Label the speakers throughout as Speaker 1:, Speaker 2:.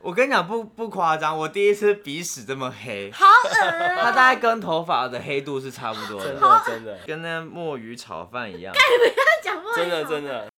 Speaker 1: 我跟你讲不不夸张，我第一次鼻屎这么黑，
Speaker 2: 好恶
Speaker 1: 它
Speaker 2: 啊！
Speaker 1: 大概跟头发的黑度是差不多
Speaker 3: 真
Speaker 1: 的，
Speaker 3: 的真的
Speaker 1: 跟那墨鱼炒饭一样。
Speaker 2: 讲不完
Speaker 3: 真的
Speaker 2: 好
Speaker 3: 真的，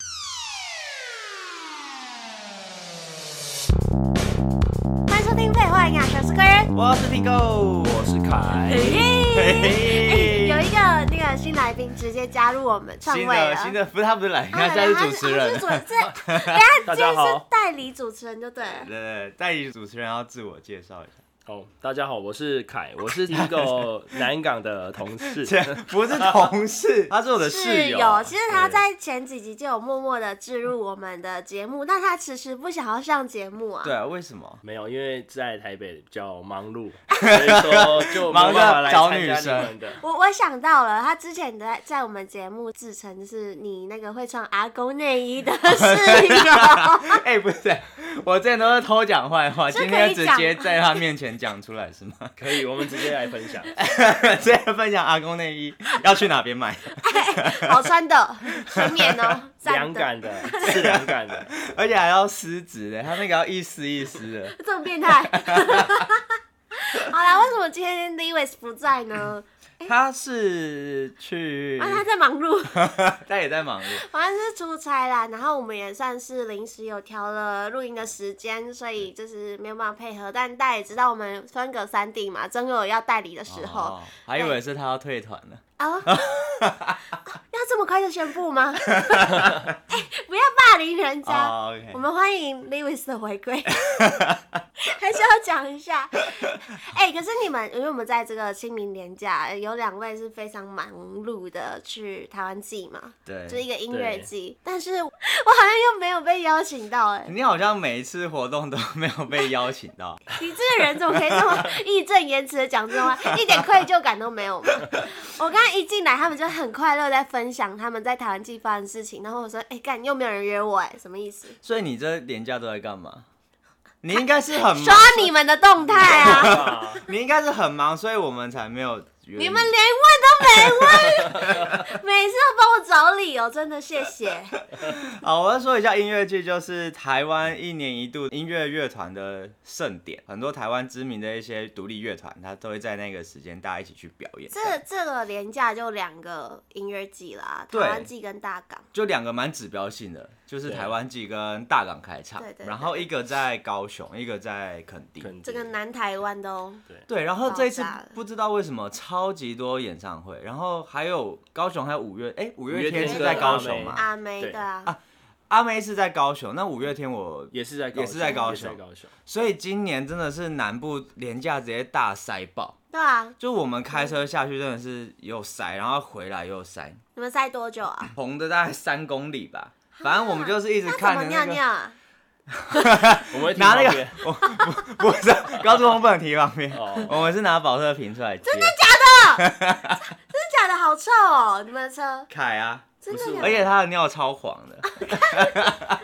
Speaker 2: 欢迎收听《废话营养学》，我是贵人。
Speaker 1: 我是 Tigo，
Speaker 3: 我是凯，
Speaker 1: 嘿
Speaker 2: 有一个那个新来宾直接加入我们上位
Speaker 1: 新
Speaker 2: 了
Speaker 1: 的，新的，不是他不是来宾，
Speaker 2: 啊
Speaker 1: 他现在是
Speaker 2: 他
Speaker 1: 主持人。
Speaker 2: 他是主持人，这
Speaker 3: 大
Speaker 2: 等一下今
Speaker 3: 家
Speaker 2: 天是
Speaker 3: 好
Speaker 2: 代理主持人就对了
Speaker 1: 对。对，对代理主持人要自我介绍一下，
Speaker 3: 哦，大家好，我是凯，我是 Tigo 南港的同 事，
Speaker 1: 这不是同事，他是我的
Speaker 2: 室
Speaker 1: 室
Speaker 2: 友，其实他在前几集就有默默的置入我们的节目，但他迟迟不想要上节目啊。
Speaker 1: 对，啊，为什么？
Speaker 3: 没有，因为在台北比较忙碌，所以说就没有办法来参加你们的。
Speaker 2: 我我想到了，他之前在在我们节目自称就是你那个会穿阿公内衣
Speaker 1: 哦
Speaker 2: 的
Speaker 1: 啊
Speaker 2: 室友，
Speaker 1: 哎、不是，我之前都是偷讲坏话，
Speaker 2: 这可
Speaker 1: 今天
Speaker 2: 以
Speaker 1: 直接在他面前讲出来是吗？
Speaker 3: 可以，我们直接来分 享。
Speaker 1: 直接分享阿公内衣要去哪边买，
Speaker 2: 好穿 的，纯棉哦，赞
Speaker 3: 凉
Speaker 2: 的，
Speaker 3: 感的，是凉 感的，
Speaker 1: 而且还要丝质的，他那个要一丝一丝的。
Speaker 2: 这么变 态。好啦，为什么今天 Lewis 不在呢？
Speaker 1: 他是去
Speaker 2: 哎
Speaker 3: 嗯
Speaker 2: 啊，，他在忙碌，
Speaker 1: 他也在忙碌，
Speaker 2: 好像是出差啦。然后我们也算是临时有调了录音的时间，所
Speaker 3: 嗯
Speaker 2: 以就是没有办法配合。但大家也知道，我们分隔三地嘛，真有要代理的时候，
Speaker 1: 哦，还以为是他要退团呢。
Speaker 2: 啊、 要这么快就宣布吗？ 哎、不要霸凌人家。
Speaker 1: 哦，OK，
Speaker 2: 我们欢迎 Lewis 的回归，还是要讲一下。哎、可是你们，因为我们在这个清明年假，有两位是非常忙碌的去台湾季嘛，就是
Speaker 1: 对，
Speaker 2: 一个音乐
Speaker 3: 对
Speaker 2: 季，但是我好像又没有被邀请到、 哎，
Speaker 1: 你好像每一次活动都没有被邀请 到。
Speaker 2: 你这个人怎么可以这么义正言辞的讲这种话，一点愧疚感都没有吗？我刚刚一进来，他们就很快乐在分享他们在台湾记发生的事情，然后我说：“哎、干，又没有人约我、哎，什么意思？
Speaker 1: 所以你这年假都在干嘛？你应该是很
Speaker 2: 刷
Speaker 1: 忙，
Speaker 2: 你们的动态啊！
Speaker 3: 哇
Speaker 1: 你应该是很忙，所以我们才没有约
Speaker 2: 你们连问都没问，每次都帮我找理由，真的谢 谢。
Speaker 1: 好，哦我要说一下音乐剧，就是台湾一年一度音乐乐团的盛典，很多台湾知名的一些独立乐团，它都会在那个时间大家一起去表演。
Speaker 2: 这这个廉价就两个音乐季啦，台
Speaker 1: 对嗯
Speaker 2: 湾季跟大港。
Speaker 1: 就两个蛮指标性的，就是
Speaker 3: 对
Speaker 1: 台湾季跟大港开场，
Speaker 2: 对对对
Speaker 1: 然后一个在高雄，一个在垦丁。
Speaker 3: 肯定
Speaker 2: 这个南台湾都
Speaker 1: 对，然后这一次
Speaker 2: 爆炸了
Speaker 1: 不知道为什么超级多演唱会，然然后还有高雄，还有五月，哎、五月
Speaker 3: 月
Speaker 1: 天
Speaker 3: 天
Speaker 1: 是
Speaker 2: 跟
Speaker 1: 在高
Speaker 2: 阿
Speaker 1: 雄
Speaker 3: 妹
Speaker 1: 嘛？
Speaker 2: 阿妹的啊，
Speaker 1: 阿妹是在高雄，那五月天我
Speaker 3: 也是在
Speaker 1: 也是在高
Speaker 3: 高
Speaker 1: 雄
Speaker 3: 也是在高雄，
Speaker 1: 所以今年真的是南部廉价直接大塞爆，
Speaker 2: 对啊，
Speaker 1: 就我们开车下去真的是又塞，然后回来又塞，
Speaker 2: 你们塞多久 啊？
Speaker 1: 红的大概三公里吧。反正我们就是一直
Speaker 2: 那怎
Speaker 1: 看
Speaker 2: 么
Speaker 1: 着
Speaker 2: 尿
Speaker 1: 那个，
Speaker 2: 尿啊？
Speaker 3: 我们会
Speaker 1: 拿那
Speaker 3: 停
Speaker 1: 个
Speaker 3: 旁边
Speaker 1: 不是高中风不能提旁边，
Speaker 3: 哦
Speaker 1: 我们是拿保特瓶出来接。真的
Speaker 2: 真的假的？好臭哦！你们 的车
Speaker 1: 凯啊，
Speaker 2: 真的
Speaker 3: 不是
Speaker 2: 假
Speaker 1: 而
Speaker 2: 的？
Speaker 1: 且他的尿超黄的，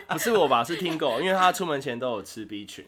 Speaker 3: 不是我吧，是 Tingo，因为他出门前都有吃 B 群，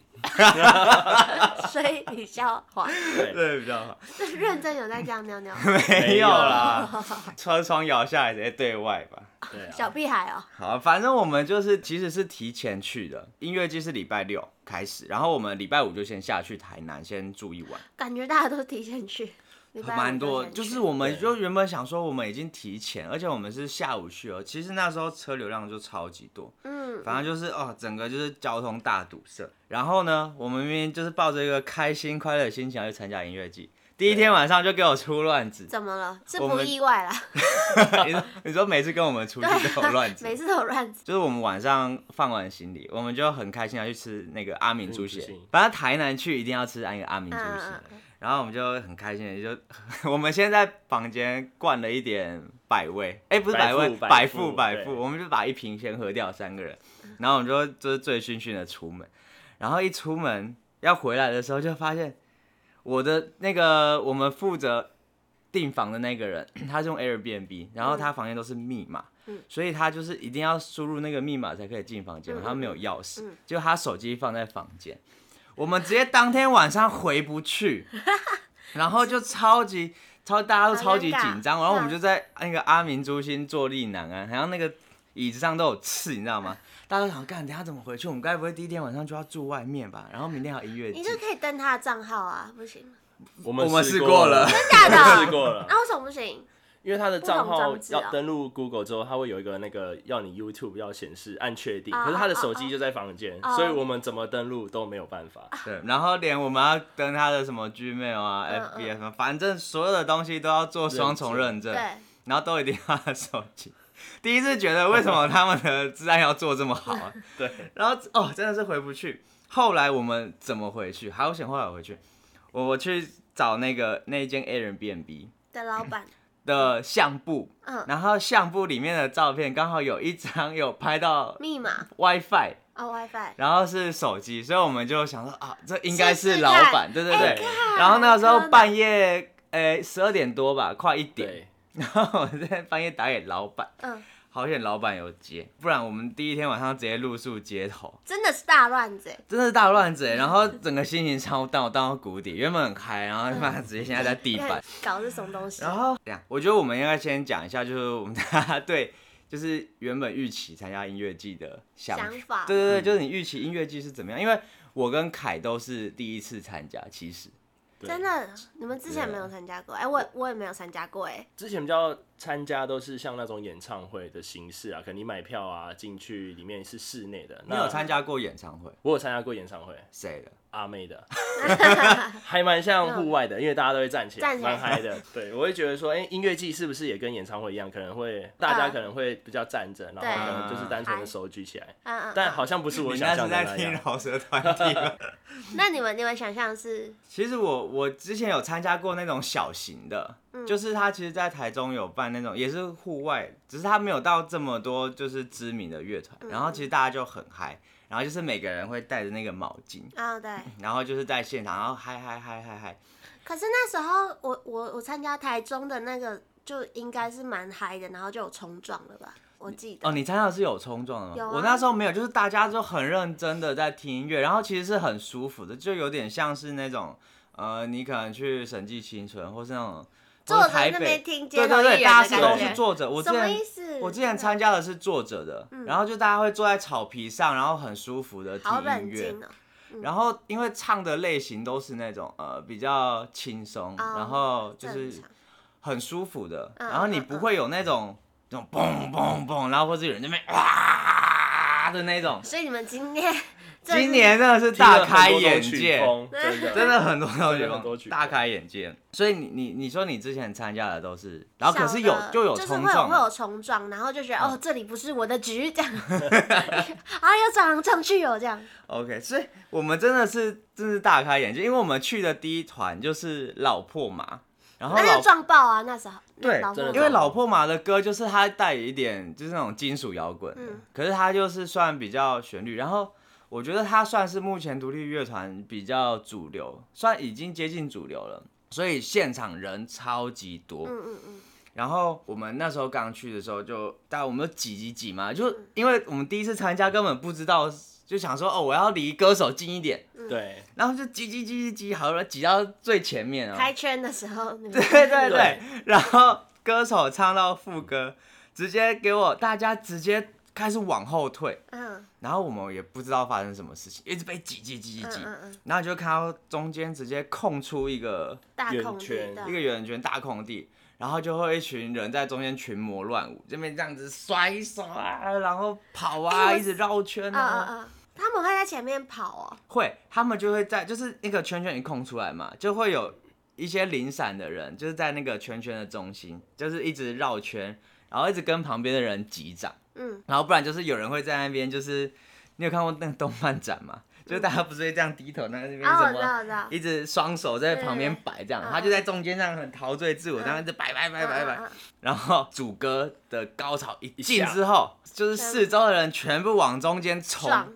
Speaker 2: 所以你消化
Speaker 3: 对，
Speaker 1: 对，比较好。
Speaker 2: 认真有在这样尿尿吗，
Speaker 1: 没有啦，车窗摇下来直接对外吧。
Speaker 3: 对啊，
Speaker 2: 小屁孩哦、
Speaker 1: 好，反正我们就是其实是提前去的，音乐季是礼拜六开始，然后我们礼拜五就先下去台南先住一晚。
Speaker 2: 感觉大家都提前去，礼拜五
Speaker 1: 蛮多，
Speaker 2: 就先去
Speaker 1: 就是我们
Speaker 3: 对
Speaker 1: 就原本想说我们已经提前，而且我们是下午去哦。其实那时候车流量就超级多，
Speaker 2: 嗯，
Speaker 1: 反正就是哦，整个就是交通大堵塞。然后呢，我们明明就是抱着一个开心快乐的心情要去参加音乐季，第一天晚上就给我出乱子。
Speaker 2: 怎么了？是
Speaker 1: 我
Speaker 2: 不
Speaker 1: 们
Speaker 2: 意外啦，
Speaker 1: 你说 你说每次跟我们出去都有乱子，
Speaker 2: 每次都有乱子，
Speaker 1: 就是我们晚上放完行李，我们就很开心要去吃那个阿明猪血
Speaker 3: 嗯猪血。
Speaker 1: 反正台南去一定要吃那个阿明猪
Speaker 2: 嗯
Speaker 1: 血
Speaker 2: 嗯，嗯，
Speaker 1: 然后我们就很开心的就，我 们先在房间灌了一点百味，哎、不是百
Speaker 3: 百
Speaker 1: 味，
Speaker 3: 富
Speaker 1: 百
Speaker 3: 百
Speaker 1: 富
Speaker 3: 富
Speaker 1: 百
Speaker 3: 对
Speaker 1: 富，我们就把一瓶先喝掉，三个人，然后我们就就是醉醺醺的出门，然后一出门要回来的时候就发现我的那个我们负责订房的那个人，他是用 Airbnb，然后他房间都是密码。
Speaker 2: 嗯
Speaker 1: 所以他就是一定要输入那个密码才可以进房间嘛，
Speaker 2: 嗯嗯
Speaker 1: 他没有钥匙
Speaker 2: 嗯，
Speaker 1: 就他手机放在房间，我们直接当天晚上回不去， 然后就超级超大家都超级紧张，
Speaker 2: 好尴尬
Speaker 1: 然后我们就在那个阿明珠心坐立难安，好像那个。椅子上都有刺，你知道吗？ 大家都想干，等一下怎么回去？我们该不会第一天晚上就要住外面吧？然后明天还有音乐
Speaker 2: 你
Speaker 1: 季
Speaker 2: 就，可以登他的账号啊，不行吗？
Speaker 3: 我们
Speaker 1: 我们试
Speaker 3: 试
Speaker 1: 过了
Speaker 2: 真假的
Speaker 1: 哦
Speaker 3: 试过了，
Speaker 2: 那为什么不行？
Speaker 3: 因为他的账
Speaker 2: 不同
Speaker 3: 号
Speaker 2: 装置哦
Speaker 3: 要登录 Google 之后，他会有一个那个要你 YouTube 要显示按确定，
Speaker 2: 啊
Speaker 3: 可是他的手机就在房间
Speaker 2: 啊啊，啊
Speaker 3: 所以我们怎么登录都没有办法。
Speaker 1: 对，然后连我们要登他的什么 Gmail 啊、
Speaker 2: 嗯
Speaker 1: FB 啊什么，反正所有的东西都要做双重认证，
Speaker 2: 对，
Speaker 1: 然后都一定要他的手机。第一次觉得为什么他们的治安要做这么好啊？
Speaker 3: 对，
Speaker 1: 然后哦，真的是回不去。后来我们怎么回去？好险，后来我回去，我我去找那个那一间 Airbnb
Speaker 2: 的老板，
Speaker 1: 的相簿，
Speaker 2: 嗯，
Speaker 1: 然后相簿里面的照片刚好有一张有拍到
Speaker 2: 密码
Speaker 1: WiFi，
Speaker 2: 啊，WiFi，
Speaker 1: 然后是手机，所以我们就想说啊，这应该
Speaker 2: 试
Speaker 1: 是
Speaker 2: 试
Speaker 1: 老
Speaker 2: 看
Speaker 1: 板，对对
Speaker 2: 哎
Speaker 1: 对。
Speaker 2: 看
Speaker 1: 然后那个时
Speaker 2: 真
Speaker 1: 候
Speaker 2: 的
Speaker 1: 半夜，呃，十二点多吧，快一点，
Speaker 3: 对，
Speaker 1: 然后我在半夜打给老板，
Speaker 2: 嗯，
Speaker 1: 好险老板有接，不然我们第一天晚上直接露宿街头。
Speaker 2: 真的是大乱子欸，
Speaker 1: 真的是大乱子欸，然后整个心情超荡荡到谷底，原本很嗨，然后他妈直接现在在地板。
Speaker 2: 搞这什么东西？
Speaker 1: 然后这样，我觉得我们应该先讲一下，就是我们大家对就是原本预期参加音乐季的想法。
Speaker 2: 想法
Speaker 1: 对
Speaker 3: 嗯
Speaker 1: 对对，就是你预期音乐季是怎么样？因为我跟凯都是第一次参加，其实
Speaker 3: 对
Speaker 2: 真的，你们之前没有参加过？哎，我也我也没有参加 过，哎，
Speaker 3: 之前比较参加都是像那种演唱会的形式啊，可能你买票啊进去里面是室内的。
Speaker 1: 你有参？加过演唱会？
Speaker 3: 我有参加过演唱会，
Speaker 1: 谁的？
Speaker 3: 阿妹的，
Speaker 2: 嗯
Speaker 3: 还蛮像户外的，因为大家都会站起来，
Speaker 2: 站起来
Speaker 3: 蛮 嗨的。对，我会觉得说，哎、音乐季是不是也跟演唱会一样，可能会大家可能会比较站着，然后可能就是单纯的手举起来，
Speaker 2: 嗯嗯，
Speaker 3: 但
Speaker 2: 嗯
Speaker 3: 好像不是我
Speaker 1: 你那
Speaker 3: 想象
Speaker 1: 是在
Speaker 3: 的那
Speaker 1: 听
Speaker 3: 样。
Speaker 1: 饶舌团体吗？
Speaker 2: 那你们你们想象是
Speaker 1: 其实我我之前有参加过那种小型的，
Speaker 2: 嗯
Speaker 1: 就是他其实，在台中有办那种也是户外，只是他没有到这么多就是知名的乐团，
Speaker 2: 嗯
Speaker 1: 然后其实大家就很嗨，然后就是每个人会带着那个毛巾，
Speaker 2: 啊，对。
Speaker 1: 然后就是在现场，然后嗨嗨嗨嗨嗨，
Speaker 2: 可是那时候我我我参加台中的那个就应该是蛮嗨的，然后就有冲撞了吧？我记得。
Speaker 1: 哦，你参加的是有冲撞的吗？
Speaker 2: 有啊
Speaker 1: 我那时候没有，就是大家都很认真的在听音乐，然后其实是很舒服的，就有点像是那种呃，你可能去审计新村或是那种
Speaker 2: 坐
Speaker 1: 或
Speaker 2: 着
Speaker 1: 是台
Speaker 2: 那
Speaker 1: 北
Speaker 2: 边听街
Speaker 1: 对
Speaker 2: 头
Speaker 1: 对
Speaker 2: 艺
Speaker 1: 对，
Speaker 2: 人
Speaker 1: 大
Speaker 2: 的
Speaker 1: 家是
Speaker 2: 感
Speaker 1: 都
Speaker 2: 觉
Speaker 1: 是坐着。我之
Speaker 2: 什么
Speaker 1: 前
Speaker 2: 意思？
Speaker 1: 我之前参加的是坐着的，然后就大家会坐在草皮上，然后很舒服的听
Speaker 2: 嗯好
Speaker 1: 音
Speaker 2: 冷
Speaker 1: 乐
Speaker 2: 静。哦，
Speaker 1: 然后因为唱的类型都是那种呃比较轻松，
Speaker 2: 哦
Speaker 1: 然后就是
Speaker 2: 正常
Speaker 1: 很舒服的，
Speaker 2: 嗯
Speaker 1: 然后你
Speaker 2: 嗯
Speaker 1: 不
Speaker 2: 嗯
Speaker 1: 会有那种那种嘣嘣嘣，然后或者有人在那边哇的那种。
Speaker 2: 所以你们 今天这
Speaker 1: 今年真的是大开眼
Speaker 3: 听
Speaker 1: 界，
Speaker 3: 了 很多种曲风，真的
Speaker 1: 真的很多
Speaker 3: 真的很
Speaker 1: 都
Speaker 3: 多
Speaker 1: 有
Speaker 3: 曲
Speaker 1: 大开眼界。所以你你你说你之前参加的都是，然后可是有
Speaker 2: 小的
Speaker 1: 就有
Speaker 2: 就是
Speaker 1: 冲
Speaker 2: 会有
Speaker 1: 撞嗯
Speaker 2: 会
Speaker 1: 嘛，
Speaker 2: 有冲撞，然后就觉得、哦这里不是我的局 这样， 啊又撞来撞去哦这样，
Speaker 1: OK，所以我们真的是真是大开眼界，因为我们去的第一团就是老破麻，然后
Speaker 2: 那
Speaker 1: 老
Speaker 2: 就撞爆啊那时候
Speaker 1: 对
Speaker 2: 老婆
Speaker 3: 真的
Speaker 1: 因为老破麻的歌就是它带有一点就是那种金属摇滚的，
Speaker 2: 嗯
Speaker 1: 可是它就是算比较旋律，然后我觉得它算是目前独立乐团比较主流，算已经接近主流了，所以现场人超级多，
Speaker 2: 嗯嗯嗯，
Speaker 1: 然后我们那时候刚去的时候就，大概我们有挤挤挤嘛，就
Speaker 2: 嗯
Speaker 1: 因为我们第一次参加根本不知道，就想说哦我要离歌手近一点，
Speaker 2: 哦
Speaker 3: 对，
Speaker 1: 然后就挤挤挤挤挤，好了挤到最前面啊、
Speaker 2: 开圈的时候你们
Speaker 1: 对对对
Speaker 3: 对，
Speaker 1: 然后歌手唱到副歌，直接给我大家直接开始往后退，
Speaker 2: 嗯
Speaker 1: 然后我们也不知道发生什么事情，一直被挤挤挤挤
Speaker 2: 嗯
Speaker 1: 挤，
Speaker 2: 嗯嗯
Speaker 1: 然后你就看到中间直接空出一个
Speaker 2: 大
Speaker 3: 圆
Speaker 2: 空地
Speaker 3: 圈
Speaker 2: 的
Speaker 1: 一个圆圈大空地，然后就会一群人在中间群魔乱舞，这边这样子甩手啊，然后跑啊，
Speaker 2: 哎我
Speaker 1: 一直绕圈
Speaker 2: 啊啊
Speaker 1: 啊，
Speaker 2: 啊！他们会在前面跑哦，
Speaker 1: 会，他们就会在就是那个圈圈一空出来嘛，就会有一些零散的人，就是在那个圈圈的中心，就是一直绕圈，然后一直跟旁边的人击掌，
Speaker 2: 嗯，
Speaker 1: 然后不然就是有人会在那边，就是你有看过那个动漫展吗？就是大家不是会这样低头，那那边
Speaker 2: 啊，我
Speaker 1: 什
Speaker 2: 嗯知
Speaker 1: 么
Speaker 2: 道，我知道，
Speaker 1: 一直双手在旁边摆这样，
Speaker 2: 对对对
Speaker 1: 他就在中间这样很陶醉自我，
Speaker 2: 嗯
Speaker 1: 这样一直摆摆摆摆
Speaker 2: 嗯嗯
Speaker 1: 摆
Speaker 2: 嗯。
Speaker 1: 然后主歌的高潮一
Speaker 3: 一
Speaker 1: 进
Speaker 3: 下
Speaker 1: 之后，就是四周的人全部往中间冲，
Speaker 2: 撞，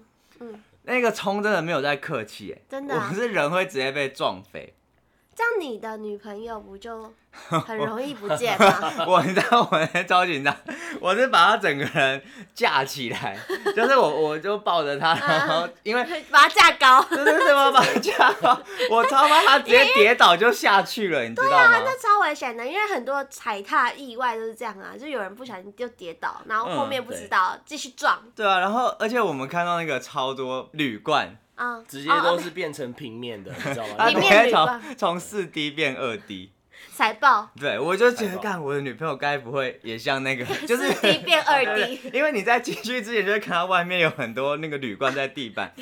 Speaker 1: 那个冲真的没有在客气、欸，
Speaker 2: 真的啊
Speaker 1: 我是人会直接被撞飞。
Speaker 2: 这样你的女朋友不就很容易不见 吗？
Speaker 1: 我你知道我超紧张，我是把他整个人架起来， 就是我我就抱着
Speaker 2: 啊
Speaker 1: 他，然后因为
Speaker 2: 把它架高，
Speaker 1: 对对对，我把他架好，我超怕他直接跌倒就下去了，你知道
Speaker 2: 啊，
Speaker 1: 吗？
Speaker 2: 那超危险的，因为很多踩踏意外都是这样啊，就有人不小心就跌倒，然后后面不知道继续撞
Speaker 1: 对啊，然后而且我们看到那个超多铝罐，
Speaker 2: 啊，
Speaker 3: 直接都
Speaker 2: 哦
Speaker 3: 是变成平面的，你知道
Speaker 1: 它
Speaker 3: 吗？
Speaker 2: 里
Speaker 1: 直
Speaker 2: 面哦
Speaker 1: 接
Speaker 2: 铝罐
Speaker 1: 从从四 D 变二 D。
Speaker 2: 哦踩爆，
Speaker 1: 对，我就觉得
Speaker 3: 太棒
Speaker 1: 干我的女朋友该不会也像 那个，就是
Speaker 2: 四 D 变二 D，
Speaker 1: 因为你在进去之前就会看到外面有很多那个铝罐在地 板，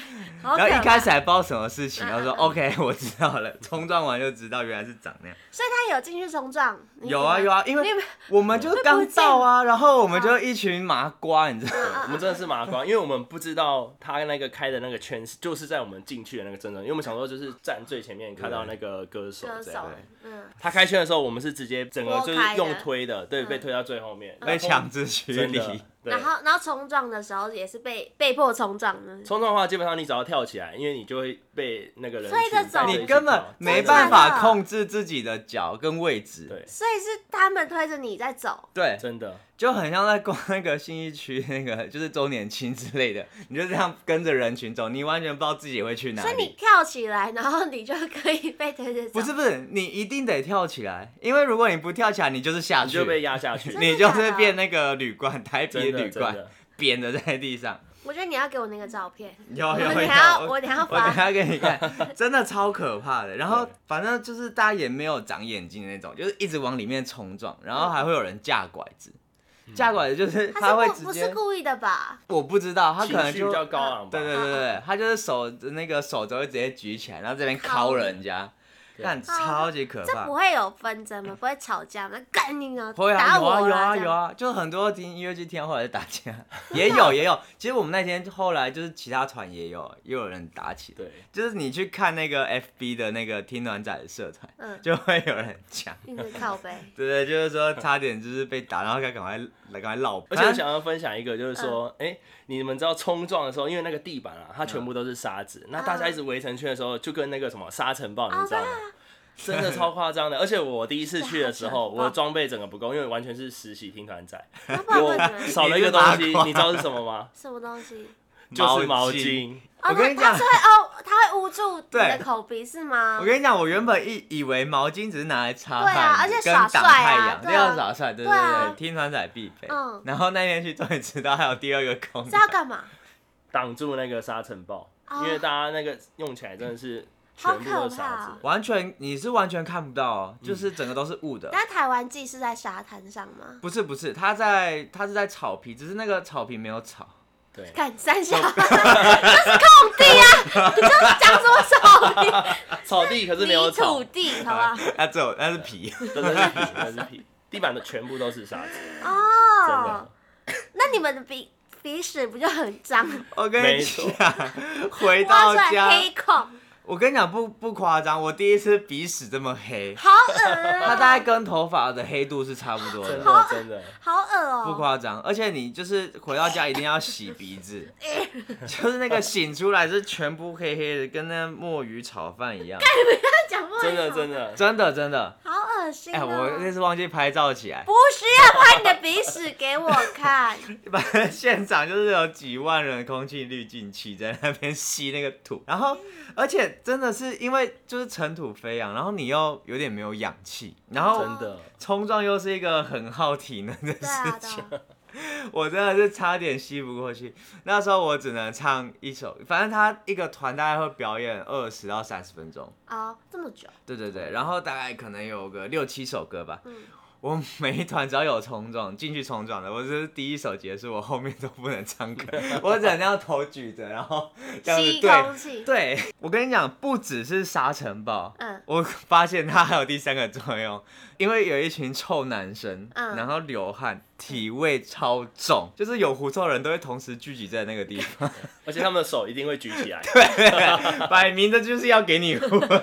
Speaker 2: 然
Speaker 1: 然后一开始，还不知道什么事情，
Speaker 2: 嗯
Speaker 1: 然后说 OK 我知道了，冲撞完就知道原来是长那样。
Speaker 2: 所以他有进去冲撞，你
Speaker 1: 有啊
Speaker 2: 吗
Speaker 1: 有啊，因为
Speaker 2: 你有没有
Speaker 1: 我们就刚到啊，然后我们就一群麻瓜，你知道
Speaker 2: 嗯
Speaker 1: 吗？
Speaker 2: 嗯
Speaker 3: 我们真的是麻瓜，因为我们不知道他那个开的那个圈是就是在我们进去的那个正中，因为我们想说就是站最前面看到那个歌手
Speaker 2: 歌
Speaker 3: 这样
Speaker 2: 手
Speaker 1: 对，
Speaker 2: 嗯，
Speaker 3: 他开圈的时候，我们是直接整个
Speaker 2: 拨
Speaker 3: 就
Speaker 2: 开
Speaker 3: 是
Speaker 2: 的
Speaker 3: 用推的，对，
Speaker 2: 嗯
Speaker 3: 被推到最后面，
Speaker 1: 被抢之驱
Speaker 3: 真
Speaker 1: 离。
Speaker 3: 的。对
Speaker 2: 然，后然后冲撞的时候也是被被迫冲撞的，
Speaker 3: 冲撞的话，基本上你只要跳起来，因为你就会被那个人
Speaker 2: 推着
Speaker 3: 群带
Speaker 2: 走
Speaker 3: 一起
Speaker 1: 你根本
Speaker 3: 跳
Speaker 1: 没
Speaker 2: 真的假
Speaker 1: 办
Speaker 2: 的啊
Speaker 1: 法控制自己的脚跟位置，
Speaker 3: 对，
Speaker 2: 所以是他们推着你在走，
Speaker 1: 对，
Speaker 3: 真的
Speaker 1: 就很像在逛那个新一区那个就是周年庆之类的，你就这样跟着人群走，你完全不知道自己会去哪
Speaker 2: 所以你
Speaker 1: 里。
Speaker 2: 跳起来，然后你就可以被推着走，
Speaker 1: 不是不是，你一定得跳起来，因为如果你不跳起来，你就是下
Speaker 3: 你
Speaker 1: 去，
Speaker 3: 就被压下去，
Speaker 2: 真的
Speaker 1: 你就
Speaker 2: 假
Speaker 1: 是
Speaker 2: 的
Speaker 1: 变那个铝罐台啤
Speaker 3: 真的
Speaker 1: 铝
Speaker 3: 真
Speaker 1: 罐
Speaker 3: 的。
Speaker 1: 扁的在地上。
Speaker 2: 我觉得你要给我那个照片，
Speaker 1: 有
Speaker 2: 我
Speaker 1: 哦有有，
Speaker 2: 等下
Speaker 1: 我
Speaker 2: 我等 下
Speaker 1: 我等
Speaker 2: 发，
Speaker 1: 下给你看，真的超可怕的。然后
Speaker 3: 对
Speaker 1: 反正就是大家也没有长眼睛的那种，就是一直往里面冲撞，然后还会有人架拐子，
Speaker 3: 嗯
Speaker 1: 架拐子就是
Speaker 2: 他
Speaker 1: 他会
Speaker 2: 是不
Speaker 1: 直
Speaker 2: 不是
Speaker 1: 接，
Speaker 2: 故意的吧？
Speaker 1: 我不知道他可
Speaker 3: 情
Speaker 1: 能
Speaker 3: 绪比
Speaker 1: 就
Speaker 3: 较高昂吧。
Speaker 1: 对对对对，他就是手那个手肘会直接举起来，然后这边
Speaker 2: 敲
Speaker 1: 敲
Speaker 2: 你
Speaker 1: 人家，
Speaker 3: 对
Speaker 1: 但超级可
Speaker 2: 这
Speaker 1: 怕
Speaker 2: 不。会有纷争吗？不会吵架吗？ 干你啊！
Speaker 1: 会啊，
Speaker 2: 打
Speaker 1: 有啊，
Speaker 2: 我
Speaker 1: 有啊，
Speaker 2: 这样
Speaker 1: 有啊，就很多听音乐剧听到后来就打 架，也有也有。其实我们那天后来就是其他团也有，也有人打起来。
Speaker 3: 对，
Speaker 1: 就是你去看那个 FB 的那个听暖仔的社团，
Speaker 2: 嗯，
Speaker 1: 就会有人讲，
Speaker 2: 一直靠背，
Speaker 1: 对对，就是说差点就是被打，然后该赶快来赶快绕。
Speaker 3: 而且我想要分享一个，就是说，哎、
Speaker 1: 嗯
Speaker 3: 你们知道冲撞的时候，因为那个地板啊，它全部都是沙子，那大家
Speaker 1: 嗯
Speaker 3: 一直围成圈的时候，就跟那个什么沙尘暴，
Speaker 1: 哦
Speaker 3: 你
Speaker 2: 啊
Speaker 3: 知道吗？ 真的超夸张的。而且我第一次去的时候，
Speaker 2: 沙尘暴
Speaker 3: 我的
Speaker 1: 嗯
Speaker 3: 装备整个不够，因为完全是实习听 团仔，
Speaker 2: 要不然为什
Speaker 3: 我
Speaker 2: 么？
Speaker 3: 少了一个东西，
Speaker 1: 你是麻瓜
Speaker 3: 你知道是什么 吗？
Speaker 2: 什么东西？
Speaker 3: 就是
Speaker 1: 毛
Speaker 3: 毛
Speaker 1: 巾。
Speaker 3: 巾。
Speaker 2: 哦，
Speaker 1: 我跟
Speaker 2: 他
Speaker 1: 你
Speaker 2: 他
Speaker 1: 讲
Speaker 2: 是会哦，他会捂住你的
Speaker 1: 对
Speaker 2: 口鼻是吗？
Speaker 1: 我跟你讲，我原本一以为毛巾只是拿来擦
Speaker 2: 对啊
Speaker 1: 汗，
Speaker 2: 而且
Speaker 1: 跟
Speaker 2: 耍
Speaker 1: 挡
Speaker 2: 帅
Speaker 1: 太
Speaker 2: 啊
Speaker 1: 阳，
Speaker 2: 对啊
Speaker 1: 要耍帅，对
Speaker 2: 对啊
Speaker 1: 对，听团仔必备
Speaker 2: 嗯。
Speaker 1: 然后那天去终于知道还有第二个功
Speaker 2: 这
Speaker 1: 能
Speaker 2: 要，干嘛？
Speaker 3: 挡住那个沙尘暴，
Speaker 2: 哦
Speaker 3: 因为大家那个用起来真的是全部都是沙
Speaker 2: 好可
Speaker 3: 子
Speaker 2: 怕。
Speaker 1: 完全你是完全看不到哦，就是整个都是雾的。
Speaker 2: 那台湾记是在沙滩上吗？
Speaker 1: 不是不是，它在它是在草皮，只是那个草皮没有草。
Speaker 3: 对，
Speaker 2: 干三峡，这是空地啊！你这是讲什么 手艺？
Speaker 3: 草地可是没有
Speaker 2: 泥
Speaker 3: 草
Speaker 2: 土，地，好吧？
Speaker 1: 那只有那是皮，
Speaker 3: 真的是皮，真的是皮，地板的全部都是沙子，真
Speaker 2: 哦
Speaker 3: 的。，
Speaker 2: 那你们的鼻鼻屎不就很脏？
Speaker 1: 我跟
Speaker 3: 没
Speaker 1: 你
Speaker 3: 错
Speaker 1: 讲，回
Speaker 2: 挖
Speaker 1: 到
Speaker 2: 出来
Speaker 1: 家，
Speaker 2: 黑孔，
Speaker 1: 我跟你讲不不夸张，我第一次鼻屎这么黑，
Speaker 2: 好 恶
Speaker 1: 它
Speaker 2: 啊！
Speaker 1: 大概跟头发的黑度是差不多
Speaker 3: 真
Speaker 1: 的，
Speaker 3: 的真的。
Speaker 2: 好恶
Speaker 1: 不
Speaker 2: 哦！
Speaker 1: 夸张。而且你就是回到家一定要洗鼻子，就是那个醒出来是全部黑黑的，跟那墨鱼炒饭一样，
Speaker 2: 他 讲不完哦
Speaker 3: 真的真的，
Speaker 1: 真的真的。
Speaker 2: 好恶心
Speaker 1: 哎、我那
Speaker 2: 哦！
Speaker 1: 次忘记拍照起来，
Speaker 2: 不需要拍你的鼻屎给我 看，
Speaker 1: 反正现场就是有几万人空气滤净器在那边吸那个 土，然后而且真的是因为就是尘土飞扬，然后你又有点没有氧气，然后
Speaker 3: 真的，
Speaker 1: 冲撞又是一个很耗体能的
Speaker 2: 对啊
Speaker 1: 事
Speaker 2: 对
Speaker 1: 情，
Speaker 2: 啊，
Speaker 1: 我真的是差点吸不过去。那时候我只能唱一首，反正他一个团大概会表演二十到三十分钟，
Speaker 2: 哦，这么久，
Speaker 1: 对对对，然后大概可能有个六七首歌吧。
Speaker 2: 嗯，
Speaker 1: 我每一团只要有冲撞进去冲撞的，我就是第一首结束，我后面都不能唱歌，我只能这样头举着，然后这样
Speaker 2: 吸
Speaker 1: 子
Speaker 2: 空
Speaker 1: 对。
Speaker 2: 气，
Speaker 1: 对，我跟你讲，不只是沙尘暴，
Speaker 2: 嗯，
Speaker 1: 我发现它还有第三个作用，因为有一群臭男生，
Speaker 2: 嗯
Speaker 1: 然后流汗，体味超重，就是有狐臭的人都会同时聚集在那个地 方，
Speaker 3: 而且他们的手一定会举起来，
Speaker 1: 摆明的就是要给你 闻，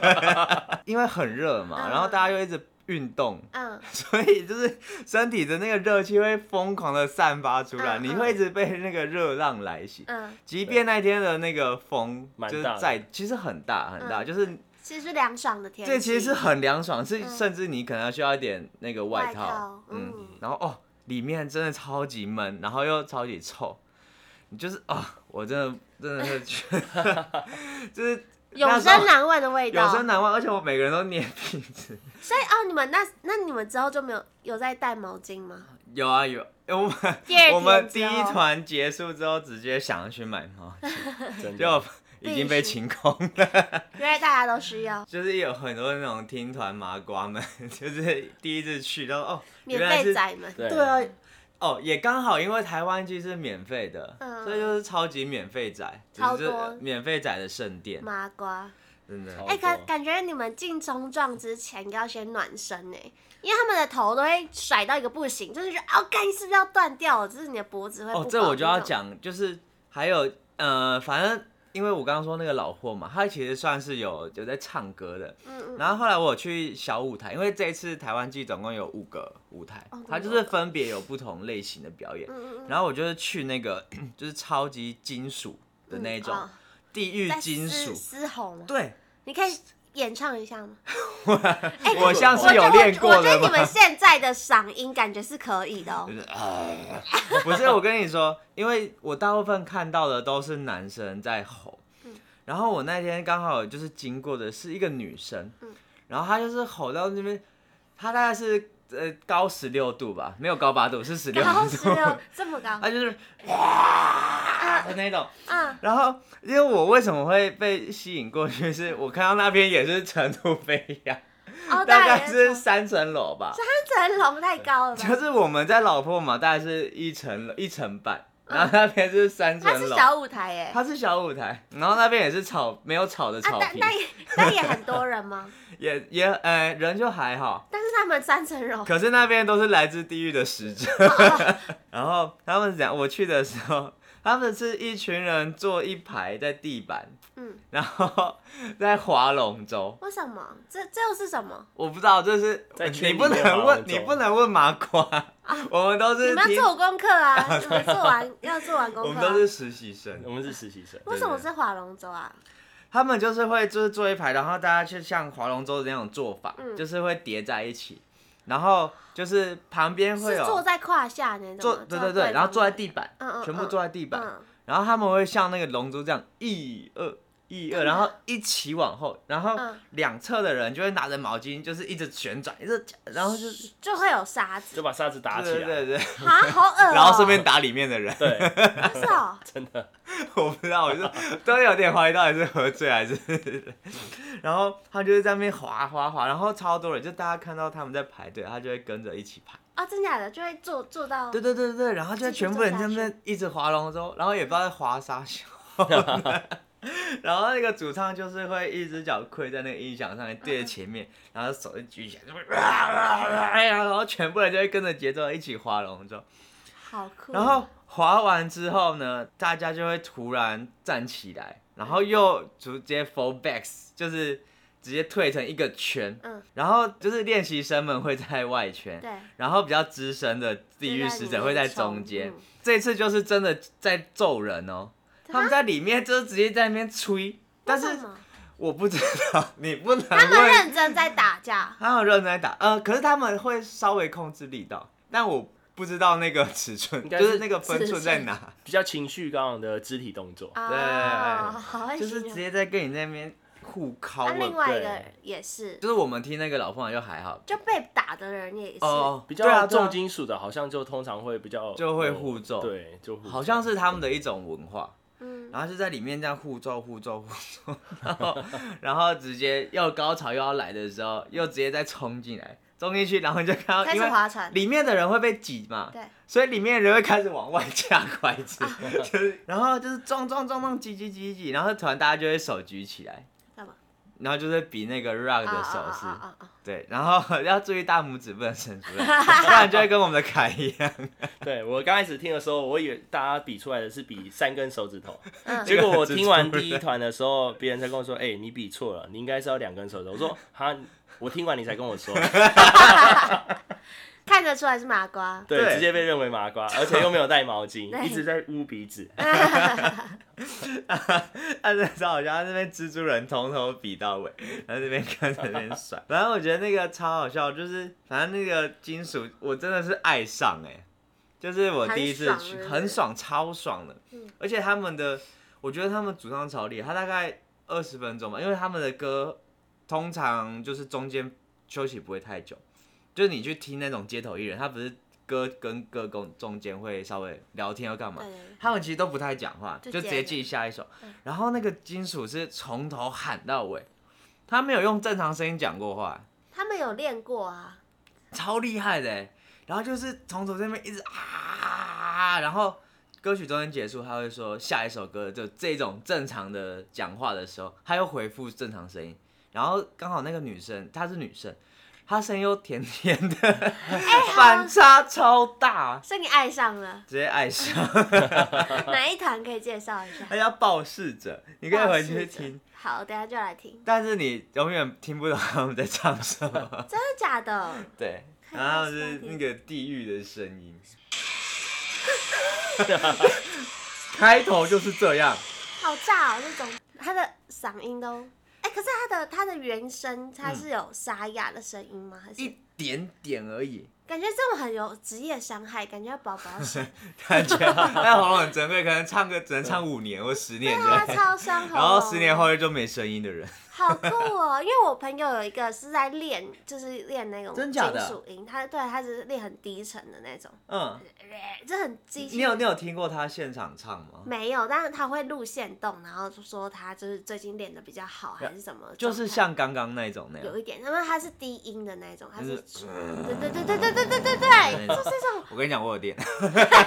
Speaker 1: 因为很热嘛，
Speaker 2: 嗯
Speaker 1: 然后大家又一直运动，
Speaker 2: 嗯，
Speaker 1: 所以就是身体的那个热气会疯狂的散发出来，
Speaker 2: 嗯嗯
Speaker 1: 你会一直被那个热浪来袭。
Speaker 2: 嗯，
Speaker 1: 即便那天的那个风
Speaker 3: 蛮
Speaker 1: 就是
Speaker 3: 大的
Speaker 2: 嗯
Speaker 1: 在，其实很大很大，就是
Speaker 2: 其实是凉爽的天气，
Speaker 1: 这其实是很凉爽，是
Speaker 2: 嗯
Speaker 1: 甚至你可能需要一点那个外
Speaker 2: 外套
Speaker 1: 嗯
Speaker 2: 嗯，
Speaker 1: 然后哦，里面真的超级闷，然后又超级臭，你就是啊，我真的真的是 觉得就是
Speaker 2: 永生难忘的味道。
Speaker 1: 永生难忘，而且我每个人都捏鼻子，
Speaker 2: 所以哦，你们那那你们之后就没有有在带毛巾吗？
Speaker 1: 有啊有， 哎我们
Speaker 2: 第二
Speaker 1: 我们第
Speaker 2: 天之
Speaker 1: 一
Speaker 2: 后
Speaker 1: 团结束之后，直接想要去买毛巾，
Speaker 3: 真的
Speaker 1: 就已经被
Speaker 2: 必须
Speaker 1: 清空了。
Speaker 2: 原来大家都需要
Speaker 1: 就是有很多那种听团麻瓜们， 就是第一次去到哦，
Speaker 2: 免
Speaker 1: 原来
Speaker 2: 费
Speaker 1: 是
Speaker 2: 仔们，
Speaker 3: 对
Speaker 1: 对啊，哦，也刚好，因为台湾剧是免费的，
Speaker 2: 嗯
Speaker 1: 所以就是超级免费仔，只
Speaker 2: 超
Speaker 1: 是
Speaker 2: 多
Speaker 1: 免费仔的圣殿，
Speaker 2: 麻瓜。
Speaker 1: 真的。
Speaker 3: 超
Speaker 2: 哎、
Speaker 3: 多
Speaker 2: 感感觉你们进冲撞之前要先暖身呢、因为他们的头都会甩到一个不行，就是觉得哦，该是不是要断掉了？就是你的脖子会呃不
Speaker 1: 哦
Speaker 2: 保，
Speaker 1: 这我就要
Speaker 2: 那种。
Speaker 1: 讲，就是还有呃，反正因为我刚刚说那个老霍嘛，他其实算是有有在唱歌的，
Speaker 2: 嗯嗯，
Speaker 1: 然后后来我有去小舞台，因为这一次台湾剧总共有五个舞台
Speaker 2: 哦，
Speaker 1: 它就是分别有不同类型的表演，
Speaker 2: 嗯
Speaker 1: 然后我就是去那个 就是超级金属的那一种
Speaker 2: 哦
Speaker 1: 地狱
Speaker 2: 在
Speaker 1: 金
Speaker 2: 嘶
Speaker 1: 属，
Speaker 2: 嘶吼吗？
Speaker 1: 对。
Speaker 2: 你可以演唱一下 吗？哎
Speaker 1: 我像是
Speaker 2: 我觉
Speaker 1: 有
Speaker 2: 得
Speaker 1: 练过
Speaker 2: 我觉
Speaker 1: 的
Speaker 2: 得你
Speaker 1: 吗
Speaker 2: 们？现在的嗓音感觉是可以 的哦。
Speaker 1: 不是，我跟你说，因为我大部分看到的都是男生在吼，
Speaker 2: 嗯
Speaker 1: 然后我那天刚好就是经过的是一个女生，
Speaker 2: 嗯
Speaker 1: 然后她就是吼到那边，她大概是呃高十六度吧，没有高八度，是十六
Speaker 2: 然后十
Speaker 1: 度，
Speaker 2: 六这么 高，
Speaker 1: 她就是哇的那种。
Speaker 2: 嗯，
Speaker 1: 然后因为我为什么会被吸引过去，是我看到那边也是尘土飞扬，
Speaker 2: 哦，
Speaker 1: 大概
Speaker 2: 然
Speaker 1: 是三层楼吧，
Speaker 2: 三层楼太高了吧？
Speaker 1: 就是我们在老婆嘛，大概是一层一层半，然后那边是三层
Speaker 2: 嗯它是
Speaker 1: 楼，
Speaker 2: 小舞台耶，
Speaker 1: 它是小舞台，然后那边也是草没有草的
Speaker 2: 啊，
Speaker 1: 草
Speaker 2: 但
Speaker 1: 坪，
Speaker 2: 但也 但也很多人吗？
Speaker 1: 也也呃人就还好，
Speaker 2: 但是他们三层楼，
Speaker 1: 可是那边都是来自地狱的使者，
Speaker 2: 哦
Speaker 1: 然后他们讲我去的时候，他们是一群人坐一排在地板，
Speaker 2: 嗯，
Speaker 1: 然后在划龙舟，
Speaker 2: 为什么？这这又是什么？
Speaker 1: 我不知道这是
Speaker 3: 在
Speaker 1: 你
Speaker 3: 圈里
Speaker 1: 不
Speaker 3: 面划
Speaker 1: 能
Speaker 3: 龙
Speaker 1: 问
Speaker 3: 舟
Speaker 1: 你不能问麻瓜，我们都
Speaker 2: 啊你
Speaker 1: 是
Speaker 2: 们
Speaker 1: 听
Speaker 2: 要做功 课啊，你们做完要做完
Speaker 1: 我
Speaker 2: 功
Speaker 1: 们
Speaker 2: 课啊
Speaker 1: 都。是实习生。
Speaker 3: 我们是实习生，
Speaker 2: 为什么是划龙舟啊？
Speaker 1: 他们就是会就是坐一排，然后大家去像划龙舟的那种做法，
Speaker 2: 嗯
Speaker 1: 就是会叠在一起，然后就是旁边会
Speaker 2: 是
Speaker 1: 有
Speaker 2: 坐在胯下那种吗。
Speaker 1: 坐对对对，然后坐在地板，
Speaker 2: 嗯嗯
Speaker 1: 全部
Speaker 2: 嗯
Speaker 1: 坐在地板，
Speaker 2: 嗯，
Speaker 1: 然后他们会像那个龙珠这样一二一 二，然后一起往后，然后
Speaker 2: 嗯
Speaker 1: 两侧的人就会拿着毛巾，就是一直旋转，一直然后就是
Speaker 2: 就会有沙子
Speaker 3: 就把沙子打起
Speaker 1: 对对
Speaker 3: 来，
Speaker 1: 对，
Speaker 2: 啊，好恶哦。
Speaker 1: 然后顺便打里面的人，
Speaker 3: 对，
Speaker 2: 不是哦，
Speaker 3: 真的
Speaker 1: 我不知道，我就都有点怀疑到底是喝醉还是， 然后他就是在那边滑滑滑，然后超多人，就大家看到他们在排队，他就会跟着一起排。
Speaker 2: 啊，真假的就会坐坐到
Speaker 1: 对对对对，然后就全部人在那边一直划龙舟，然后也不知道在划啥小。 然后那个主唱就是会一只脚跪在那个音响上面对着前面，然后手就举起来，就会 然后全部人就会跟着节奏一起划龙舟。
Speaker 2: 好酷。
Speaker 1: 然后滑完之后呢，大家就会突然站起来，然后又直接 fall backs，就是直接退成一个圈。
Speaker 2: 嗯，
Speaker 1: 然后就是练习生们会在外圈，
Speaker 2: 对，
Speaker 1: 然后比较资深的地狱使者会在中
Speaker 2: 就在
Speaker 1: 间
Speaker 2: 里面冲。嗯啊
Speaker 1: 这次就是真的在揍人哦，他们在里面就直接在那边吹，但
Speaker 2: 为
Speaker 1: 是
Speaker 2: 什么
Speaker 1: 我不知道，你不能
Speaker 2: 他们
Speaker 1: 问。
Speaker 2: 认真在打架，
Speaker 1: 他们认真在打，呃，可是他们会稍微控制力道，但我不知道那个尺寸，
Speaker 3: 应
Speaker 1: 就
Speaker 3: 该
Speaker 1: 是
Speaker 3: 是
Speaker 1: 那个分寸在哪。
Speaker 3: 比较情绪高昂的肢体动作，
Speaker 2: 啊，好会
Speaker 1: 就是
Speaker 2: 形
Speaker 1: 直
Speaker 2: 容
Speaker 1: 接在跟你那边互拷
Speaker 2: 啊，
Speaker 1: 问。
Speaker 2: 另外一个
Speaker 3: 对
Speaker 2: 也是，
Speaker 1: 就是我们听那个老凤凰就还好，
Speaker 2: 就被打的人也是，
Speaker 1: 哦，
Speaker 3: 比
Speaker 1: 对啊
Speaker 3: 较
Speaker 1: 对啊
Speaker 3: 重金属的，好像就通常会比较
Speaker 1: 就会互揍
Speaker 3: 对，就互揍
Speaker 1: 好像是他们的一种文化，
Speaker 2: 嗯，
Speaker 1: 然后就在里面这样互揍、互揍、互揍，然后然后直接又高潮又要来的时候，又直接再冲进来，冲进去，然后就看到
Speaker 2: 开
Speaker 1: 因
Speaker 2: 始
Speaker 1: 为
Speaker 2: 划船，
Speaker 1: 里面的人会被挤嘛，
Speaker 2: 对，啊
Speaker 1: 所以里面的人会开始往外架筷子，就是然后就是撞撞撞撞挤挤挤挤，然后突然大家就会手举起来，
Speaker 2: 干嘛？
Speaker 1: 然后就是比那个 rock
Speaker 2: 啊
Speaker 1: 的手势。
Speaker 2: 啊啊啊啊！
Speaker 1: 对，然后 要注意大拇指不能伸出来，不然就会跟我们的凯一样。
Speaker 3: 对我刚开始听的时候，我以为大家比出来的是比三根手指头，
Speaker 2: 嗯
Speaker 3: 结果我听完第一团的时候，别人才跟我说：“哎、你比错了，你应该是要两根手指头。”我说：“哈，我听完你才跟我说，
Speaker 2: 看得出来是麻瓜，
Speaker 3: 对，
Speaker 1: 对
Speaker 3: 直接被认为麻瓜，而且又没有带毛巾，
Speaker 2: 对
Speaker 3: 一直在捂鼻子。”
Speaker 1: 他真的超好笑，他那边蜘蛛人从头比到尾，然后这边跟着那边甩。反正我觉得那个超好笑，就是反正那个金属我真的是爱上哎、就是我第一次
Speaker 2: 很
Speaker 1: 去
Speaker 2: 爽是不是嗯
Speaker 1: 很爽，超爽的。而且他们的，我觉得他们主唱超厉害，他大概二十分钟吧，因为他们的歌通常就是中间休息不会太久，就是你去听那种街头艺人，他不是歌跟歌中中间会稍微聊天要干嘛
Speaker 2: 对，
Speaker 1: 他们其实都不太讲话，
Speaker 2: 就
Speaker 1: 就直接
Speaker 2: 接着嗯
Speaker 1: 记下一首。然后那个金属是从头喊到尾，他没有用正常声音讲过话，
Speaker 2: 他们有练过 啊，
Speaker 1: 超厉害的欸。然后就是从头这边一直啊，然后歌曲中间结束，他会说下一首歌，就这种正常的讲话的时候，他又回复正常声音。然后刚好那个女生，她是女生，她声音又甜甜的，反差超大，
Speaker 2: 哎所以你爱上 了
Speaker 1: 直接爱上。
Speaker 2: 哪一团可以介绍一下？
Speaker 1: 他叫报事者， 你可以回去听，
Speaker 2: 好，等一下就来听。
Speaker 1: 但是你永远听不懂他们在唱什 么。
Speaker 2: 真的假的？
Speaker 1: 对，
Speaker 2: 看
Speaker 1: 然后
Speaker 2: 一下
Speaker 1: 是
Speaker 2: 是哪
Speaker 1: 那
Speaker 2: 里
Speaker 1: 个地狱的声 音，开头就是这样，
Speaker 2: 好炸哦！那种他的嗓音都……哎、可是他的他的原声他是有沙哑的声音吗？还是
Speaker 1: 一点点而已，
Speaker 2: 感觉这种很有职业伤害，感觉要保 保险，
Speaker 1: 感觉那喉咙很珍贵，可能唱歌只能唱五年或十年这
Speaker 2: 啊他
Speaker 1: 样，
Speaker 2: 超伤喉咙。
Speaker 1: 然后十年后就没声音的人，
Speaker 2: 好酷哦！因为我朋友有一个是在练，就是练那种
Speaker 1: 真
Speaker 2: 金
Speaker 1: 假的
Speaker 2: 属音，他对他只是练很低沉的那种，
Speaker 1: 嗯，
Speaker 2: 哎这很机
Speaker 1: 你
Speaker 2: 器。
Speaker 1: 有你有听过他现场唱吗？
Speaker 2: 没有，但是他会录线动，然后就说他就是最近练的比较好，还是什么状态？
Speaker 1: 就是像刚刚那种那样
Speaker 2: 有，一点，因为他是低音的那种，他
Speaker 1: 就
Speaker 2: 是
Speaker 1: 是
Speaker 2: 对对对对对对对对对，
Speaker 1: 那
Speaker 2: 就是这种
Speaker 1: 我跟你讲，我有练。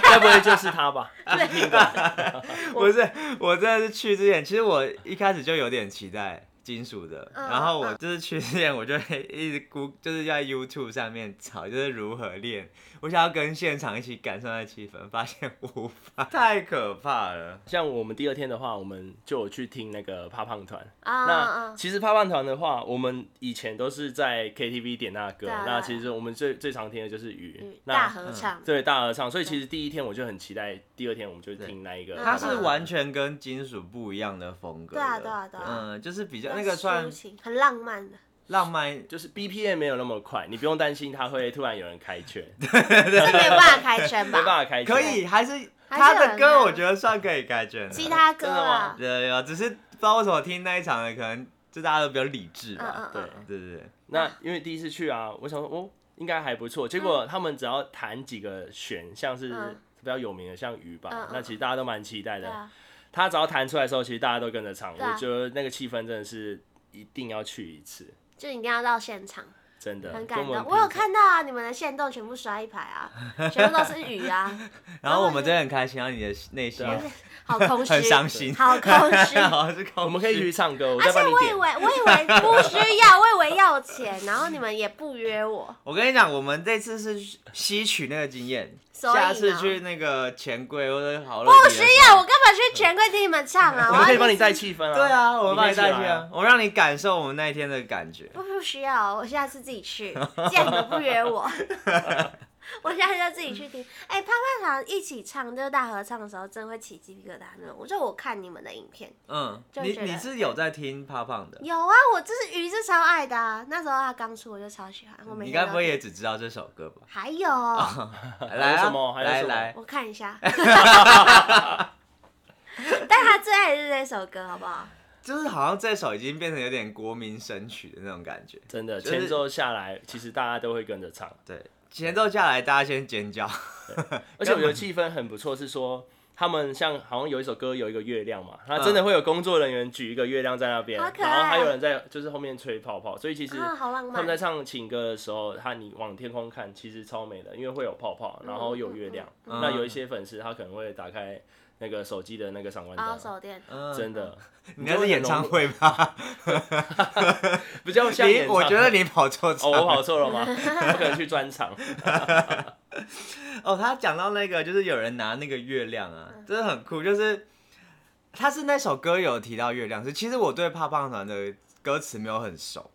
Speaker 3: 该不会就是他吧？
Speaker 1: 不是，我真的是去之前，其实我一开始就有点期待金属的，
Speaker 2: 嗯
Speaker 1: 然后我就是去之前，我就会一直估， 就是在 YouTube 上面找，就是如何练，我想要跟现场一起感受那气氛，发现无法，太可怕了。
Speaker 3: 像我们第二天的话，我们就有去听那个趴胖团。
Speaker 2: 啊啊
Speaker 3: 那其实趴胖团的话，我们以前都是在 KTV 点那歌，
Speaker 2: 对啊
Speaker 3: 那
Speaker 2: 对啊
Speaker 3: 其实我们最最常听的就是雨
Speaker 2: 嗯，大
Speaker 3: 那
Speaker 2: 合唱，
Speaker 3: 对大合唱。所以其实第一天我就很期待，第二天我们就听那一个。
Speaker 2: 对
Speaker 1: 它
Speaker 2: 他
Speaker 1: 是完全跟金属不一样的风格的，
Speaker 2: 对啊对啊对啊
Speaker 1: 嗯，就是比较那个算
Speaker 2: 抒情很浪漫的，
Speaker 1: 浪漫，
Speaker 3: 就是 BPM 没有那么快，你不用担心它会突然有人 开圈，没
Speaker 2: 这没有办法开圈
Speaker 3: 办
Speaker 2: 吧？
Speaker 3: 法开圈。
Speaker 1: 可以还是
Speaker 2: 还是
Speaker 1: 他
Speaker 2: 有
Speaker 1: 的
Speaker 2: 人
Speaker 1: 歌，
Speaker 2: 啊
Speaker 1: 我觉得算可以改卷的。
Speaker 2: 其他歌啊，
Speaker 1: 对啊，只是不知道为什么听那一场的，可能就大家都比较理智
Speaker 2: 嗯
Speaker 1: 吧
Speaker 2: 嗯，
Speaker 3: 对
Speaker 2: 嗯，
Speaker 1: 对对对。
Speaker 3: 那因为第一次去啊，我想说哦，应该还不错。结果他们只要弹几个弦，像是
Speaker 2: 嗯
Speaker 3: 比较有名的，像鱼吧，
Speaker 2: 嗯嗯
Speaker 3: 那其实大家都蛮期待
Speaker 2: 对
Speaker 3: 的。
Speaker 2: 啊，
Speaker 3: 他只要弹出来的时候，其实大家都跟着唱。
Speaker 2: 对啊
Speaker 3: 我觉得那个气氛真的是一定要去一次，
Speaker 2: 就一定要到现场，
Speaker 3: 真的。
Speaker 2: 很
Speaker 3: 跟
Speaker 2: 感
Speaker 3: 我们
Speaker 2: 动。我有
Speaker 3: 平
Speaker 2: 看到啊，你们的线动全部刷一排啊，全部都是雨啊，
Speaker 1: 然后我们真的很开心，然后你的内心
Speaker 3: 对啊
Speaker 2: 好空虚，
Speaker 1: 很伤心，
Speaker 2: 好空虚。
Speaker 1: 好是空虚
Speaker 3: 我们可以去唱歌，我
Speaker 2: 而
Speaker 3: 再
Speaker 2: 且
Speaker 3: 帮你
Speaker 2: 我以为，
Speaker 3: 点。
Speaker 2: 我以为不需要，我以为要钱，然后你们也不约我，
Speaker 1: 我跟你讲，我们这次是吸取那个经验，
Speaker 2: 所以呢
Speaker 1: 下次去那个钱柜或者好乐
Speaker 2: 不
Speaker 1: 迪
Speaker 2: 需
Speaker 1: 的时
Speaker 2: 要，
Speaker 1: 候
Speaker 2: 我干嘛去全柜听你们唱啊？
Speaker 3: 我们可
Speaker 2: 我
Speaker 3: 以
Speaker 2: 要
Speaker 3: 帮你带气氛啊。
Speaker 1: 对啊，我们帮你带
Speaker 3: 你
Speaker 1: 去
Speaker 3: 可以
Speaker 1: 啊
Speaker 3: 啊，
Speaker 1: 我让你感受我们那一天的感觉。
Speaker 2: 不不需要，我下次自己去。既然你们不约我，我下次就自己去听。哎、啪啪糖一起唱就是大合唱的时候，真会起鸡皮疙瘩那种。我就我看你们的影片，
Speaker 1: 嗯，
Speaker 2: 就
Speaker 1: 你
Speaker 2: 觉得
Speaker 1: 你是有在听胖胖的，
Speaker 2: 有啊，我就是鱼是超爱的、啊。那时候他刚出，我就超喜欢。我每
Speaker 1: 你
Speaker 2: 天
Speaker 1: 该
Speaker 2: 都
Speaker 1: 不会也只知道这首歌吧？
Speaker 2: 还有，
Speaker 1: 来
Speaker 3: 还有
Speaker 1: 啊
Speaker 3: 什么，还有
Speaker 1: 来
Speaker 3: 什么
Speaker 1: 来，
Speaker 2: 我看一下。 但他最爱的是那首歌，好不好？
Speaker 1: 就是好像这首已经变成有点国民神曲的那种感觉。
Speaker 3: 真的，
Speaker 1: 就是
Speaker 3: 前奏下来，其实大家都会跟着唱，
Speaker 1: 对，前奏下来，大家先尖叫。
Speaker 3: 而且我觉得气氛很不错，是说。他们像好像有一首歌有一个月亮嘛，他
Speaker 1: 嗯
Speaker 3: 真的会有工作人员举一个月亮在那边，
Speaker 2: 好可爱
Speaker 3: 然后还有人在就是后面吹泡泡，所以其实
Speaker 2: 啊，好浪
Speaker 3: 他们在
Speaker 2: 漫。
Speaker 3: 唱情歌的时候，他你往天空看，其实超美的，因为会有泡泡，然后有月亮。
Speaker 1: 嗯嗯嗯
Speaker 3: 那有一些粉丝他可能会打开那个手机的那个闪光
Speaker 2: 啊，
Speaker 3: 灯，
Speaker 2: 手电。
Speaker 1: 嗯，
Speaker 3: 真的，
Speaker 1: 你那是演唱会吧？
Speaker 3: 比较 像演
Speaker 1: 你
Speaker 3: 唱。
Speaker 1: 我觉得你跑错场
Speaker 3: 哦，我
Speaker 1: 了。
Speaker 3: 跑错了 吗？我可能去专场。
Speaker 1: 哦，他讲到那个，就是有人拿那个月亮啊，
Speaker 3: 嗯
Speaker 1: 真的很酷。就是他是那首歌有提到月亮，是其实我对胖胖团的歌词没有很熟，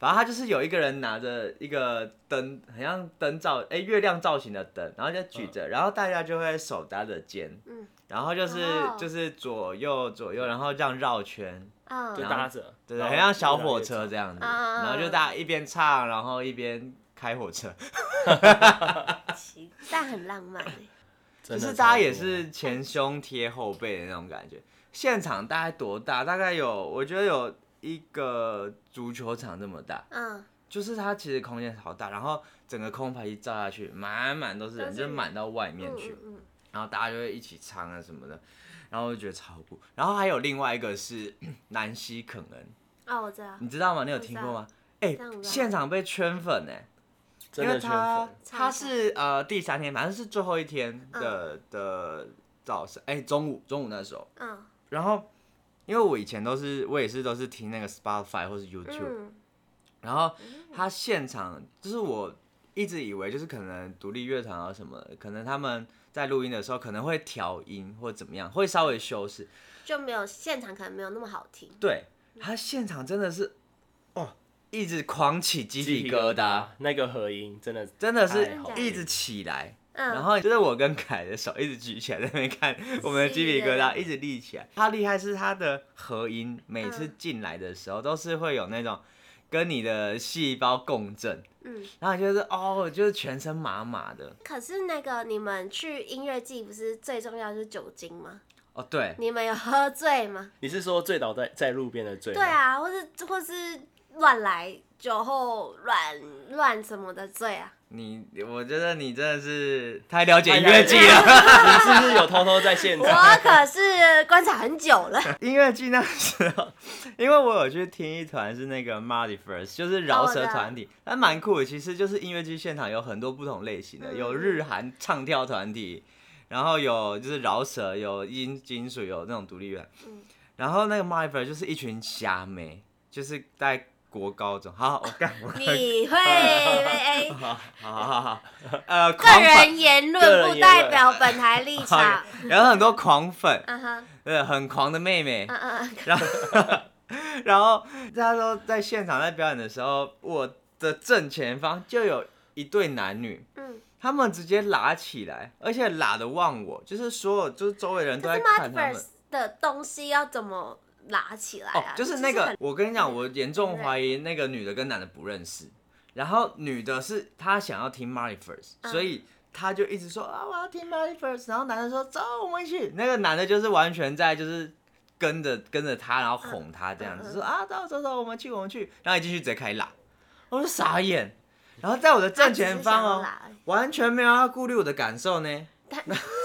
Speaker 1: 反正他就是有一个人拿着一个灯，很像灯罩，哎、月亮造型的灯，然后就举
Speaker 3: 嗯
Speaker 1: 着，然后大家就会手搭着肩，
Speaker 2: 嗯
Speaker 1: 然后就是、
Speaker 2: 哦
Speaker 1: 就是左右左右，然后这样绕圈，
Speaker 3: 就
Speaker 2: 嗯，
Speaker 3: 搭着，
Speaker 1: 对，
Speaker 3: 然后
Speaker 1: 很像小
Speaker 3: 哦越来越
Speaker 1: 火车
Speaker 3: 长。
Speaker 1: 这样子，
Speaker 2: 啊啊啊啊
Speaker 1: 然后就大家一边唱，然后一边开火车，
Speaker 2: 奇但很浪 漫欸。
Speaker 1: 就
Speaker 3: 真的嗯
Speaker 1: 是大家也
Speaker 3: 超多
Speaker 1: 是前胸贴后背的那种感觉。现场大概多大？大概有，我觉得有一个足球场这么大，
Speaker 2: 嗯，
Speaker 1: 就是它其实空间好大，然后整个空拍一照下去，满满都是人，
Speaker 2: 都是
Speaker 1: 就
Speaker 2: 人
Speaker 1: 满到外面
Speaker 2: 嗯
Speaker 1: 去，
Speaker 2: 嗯
Speaker 1: 然后大家就会一起唱啊什么的，然后我就觉得超酷。然后还有另外一个是 南希肯恩，
Speaker 2: 嗯，哦，我知道，
Speaker 1: 你知道吗？你有
Speaker 2: 我知
Speaker 1: 听过
Speaker 2: 道
Speaker 1: 吗？哎、
Speaker 2: 但我不知道
Speaker 1: 现场被圈粉哎、
Speaker 3: 真
Speaker 1: 因
Speaker 3: 的
Speaker 1: 为
Speaker 3: 圈
Speaker 1: 他
Speaker 3: 粉，嗯
Speaker 2: 超
Speaker 1: 他
Speaker 2: 好
Speaker 1: 是呃第三天，反正是最后一天的、的早上，哎、中午中午那时候，
Speaker 2: 嗯
Speaker 1: 然后因为我以前都是我也是都是听那个 Spotify 或是 YouTube，、
Speaker 2: 嗯
Speaker 1: 然后
Speaker 3: 嗯
Speaker 1: 他现场就是我一直以为就是可能独立乐团啊什么的，可能他们在录音的时候可能会调音或怎么样，会稍微修饰。
Speaker 2: 就没有现场可能没有那么好听。
Speaker 1: 对他现场真的是哦，一直狂起鸡皮疙瘩，
Speaker 3: 那个合音真的
Speaker 1: 真的
Speaker 3: 太
Speaker 1: 是
Speaker 3: 好
Speaker 1: 一直起来。
Speaker 2: 嗯，
Speaker 1: 然后就是我跟凯的手一直举起来，在那边看我们的鸡皮疙瘩一直立起来。他厉害是他的合音，每次进来的时候都是会有那种跟你的细胞共振，
Speaker 2: 嗯，
Speaker 1: 然后你就是哦，就是全身麻麻的。
Speaker 2: 可是那个你们去音乐季不是最重要就是酒精吗？
Speaker 1: 哦，对，
Speaker 2: 你们有喝醉吗？
Speaker 3: 你是说醉倒在在路边的醉？
Speaker 2: 对，啊，或是或是乱来酒后乱乱什么的 醉啊？
Speaker 1: 你我觉得你真的是太了解
Speaker 3: 太
Speaker 1: 音
Speaker 3: 了
Speaker 1: 乐
Speaker 3: 解
Speaker 1: 季了。
Speaker 3: 你是不是有偷偷在现
Speaker 2: 我
Speaker 3: 场？
Speaker 2: 可是观察很 久了，
Speaker 1: 音乐季那时候，因为我有去听一团是那个 Marty First，就是饶舌团
Speaker 2: 哦
Speaker 1: 体，
Speaker 2: 啊
Speaker 1: 还蛮酷的。其实就是音乐剧现场有很多不同类型的，
Speaker 2: 嗯
Speaker 1: 有日韩唱跳团体，然后有就是饶舌，有音金属，有那种独立乐。
Speaker 2: 嗯
Speaker 1: 然后那个 Marty First 就是一群虾妹，就是在国高中。好，我干，我
Speaker 2: 你会哎被
Speaker 1: 好好好好，呃，
Speaker 2: 个
Speaker 1: 狂粉，
Speaker 2: 人言
Speaker 3: 个
Speaker 2: 论
Speaker 3: 人
Speaker 2: 不
Speaker 3: 言论
Speaker 2: 代表本台立场。
Speaker 1: 然后很多狂粉，
Speaker 2: 嗯哼，
Speaker 1: 对，很狂的妹妹。
Speaker 2: 嗯嗯嗯，
Speaker 1: 然后 然后他说在现场在表演的时候，我的正前方就有一对男女，
Speaker 2: 嗯，
Speaker 1: 他们直接拉起来，而且拉的望我，就是所有就是周围人都
Speaker 2: 可
Speaker 1: 在
Speaker 2: 是
Speaker 1: 看
Speaker 2: Mad
Speaker 1: 他们
Speaker 2: First。的东西要怎么拿起来
Speaker 1: 哦
Speaker 2: 啊？，
Speaker 1: 就是那个
Speaker 2: 很，嗯
Speaker 1: 我跟你讲，我严重怀疑那个女的跟男的不认识，然后女的是她想要听 Marty First，
Speaker 2: 嗯
Speaker 1: 所以她就一直说啊我要听 Marty First，然后男的说走我们一起，那个男的就是完全在就是跟着跟着她，然后哄她这样
Speaker 2: 嗯
Speaker 1: 子
Speaker 2: 嗯
Speaker 1: 说啊走走走我们去我们去，然后一进去直接开喇，我就傻眼，然后在我的正前方哦
Speaker 2: 他只是想要拉而已，
Speaker 1: 完全没有要顾虑我的感受呢，
Speaker 2: 但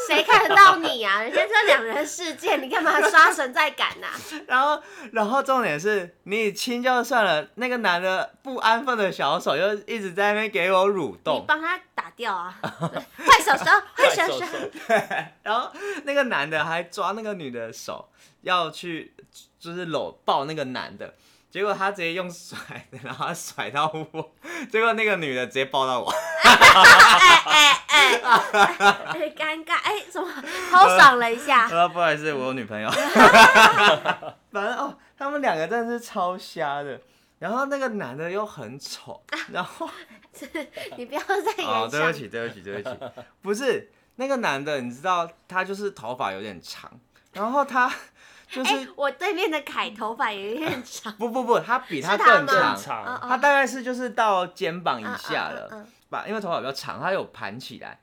Speaker 2: 谁看得到你啊？ 人家这两人世界，你干嘛刷存在感啊呐、
Speaker 1: 然后，然后重点是你亲就算了，那个男的不安分的小手又一直在那边给我蠕
Speaker 2: 你
Speaker 1: 动，
Speaker 2: 帮他打 掉啊！快手手，快
Speaker 3: 快
Speaker 2: 手
Speaker 3: 手
Speaker 2: 手，
Speaker 3: 手
Speaker 1: 然后那个男的还抓那个女的手要去就是搂抱那个男的，结果他直接用甩的，然后他甩到我，结果那个女的直接抱到我，
Speaker 2: 哎哎哎， 哎尴尬，哎，怎么偷爽了一下？
Speaker 1: 说啊不好意思，我有女朋友。 反正哦，他们两个真的是超瞎的，然后那个男的又很丑，然后。
Speaker 2: 你不要再
Speaker 1: 哦，
Speaker 2: 演
Speaker 1: 呃对不
Speaker 2: 上。
Speaker 1: 起，对不起，对不 起，不是那个男的，你知道他就是头发有点长，然后他就是、
Speaker 2: 哎，我对面的凯头发有点 长，
Speaker 1: 不不不，他比他
Speaker 2: 是他
Speaker 1: 更
Speaker 2: 吗
Speaker 1: 长，
Speaker 3: 正常，
Speaker 2: 哦
Speaker 1: 他大概是就是到肩膀以下
Speaker 2: 嗯嗯
Speaker 1: 了
Speaker 2: 嗯嗯
Speaker 1: 吧，因为头发比较长，他有盘起来。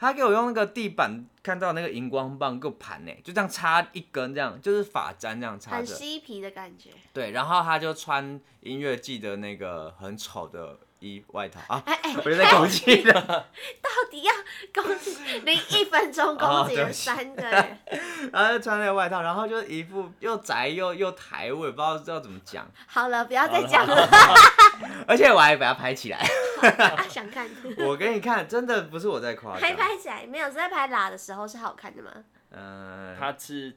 Speaker 1: 他给我用那个地板看到那个荧光棒给我盘呢、就这样插一根，这样就是发簪这样插
Speaker 2: 很
Speaker 1: 着。
Speaker 2: 嬉皮的感觉。
Speaker 1: 对，然后他就穿音乐季的那个很丑的衣外套啊，
Speaker 2: 哎哎，
Speaker 1: 我就在攻击人。
Speaker 2: 到底要攻击你一分钟
Speaker 1: 哦
Speaker 2: 攻击
Speaker 1: 对不起
Speaker 2: 了 三个人，
Speaker 1: 然后就穿那个外套，然后就一副又宅又又抬，我也不知道要怎么讲，
Speaker 2: 好了，不要再讲
Speaker 3: 好
Speaker 2: 了，
Speaker 1: 而且我还把它拍起来。
Speaker 2: 啊想看。
Speaker 1: 我给你看，真的不是我在夸
Speaker 2: 拍
Speaker 1: 张，
Speaker 2: 拍起来没有？是在拍喇的时候是好看的吗？
Speaker 1: 嗯、
Speaker 3: 他是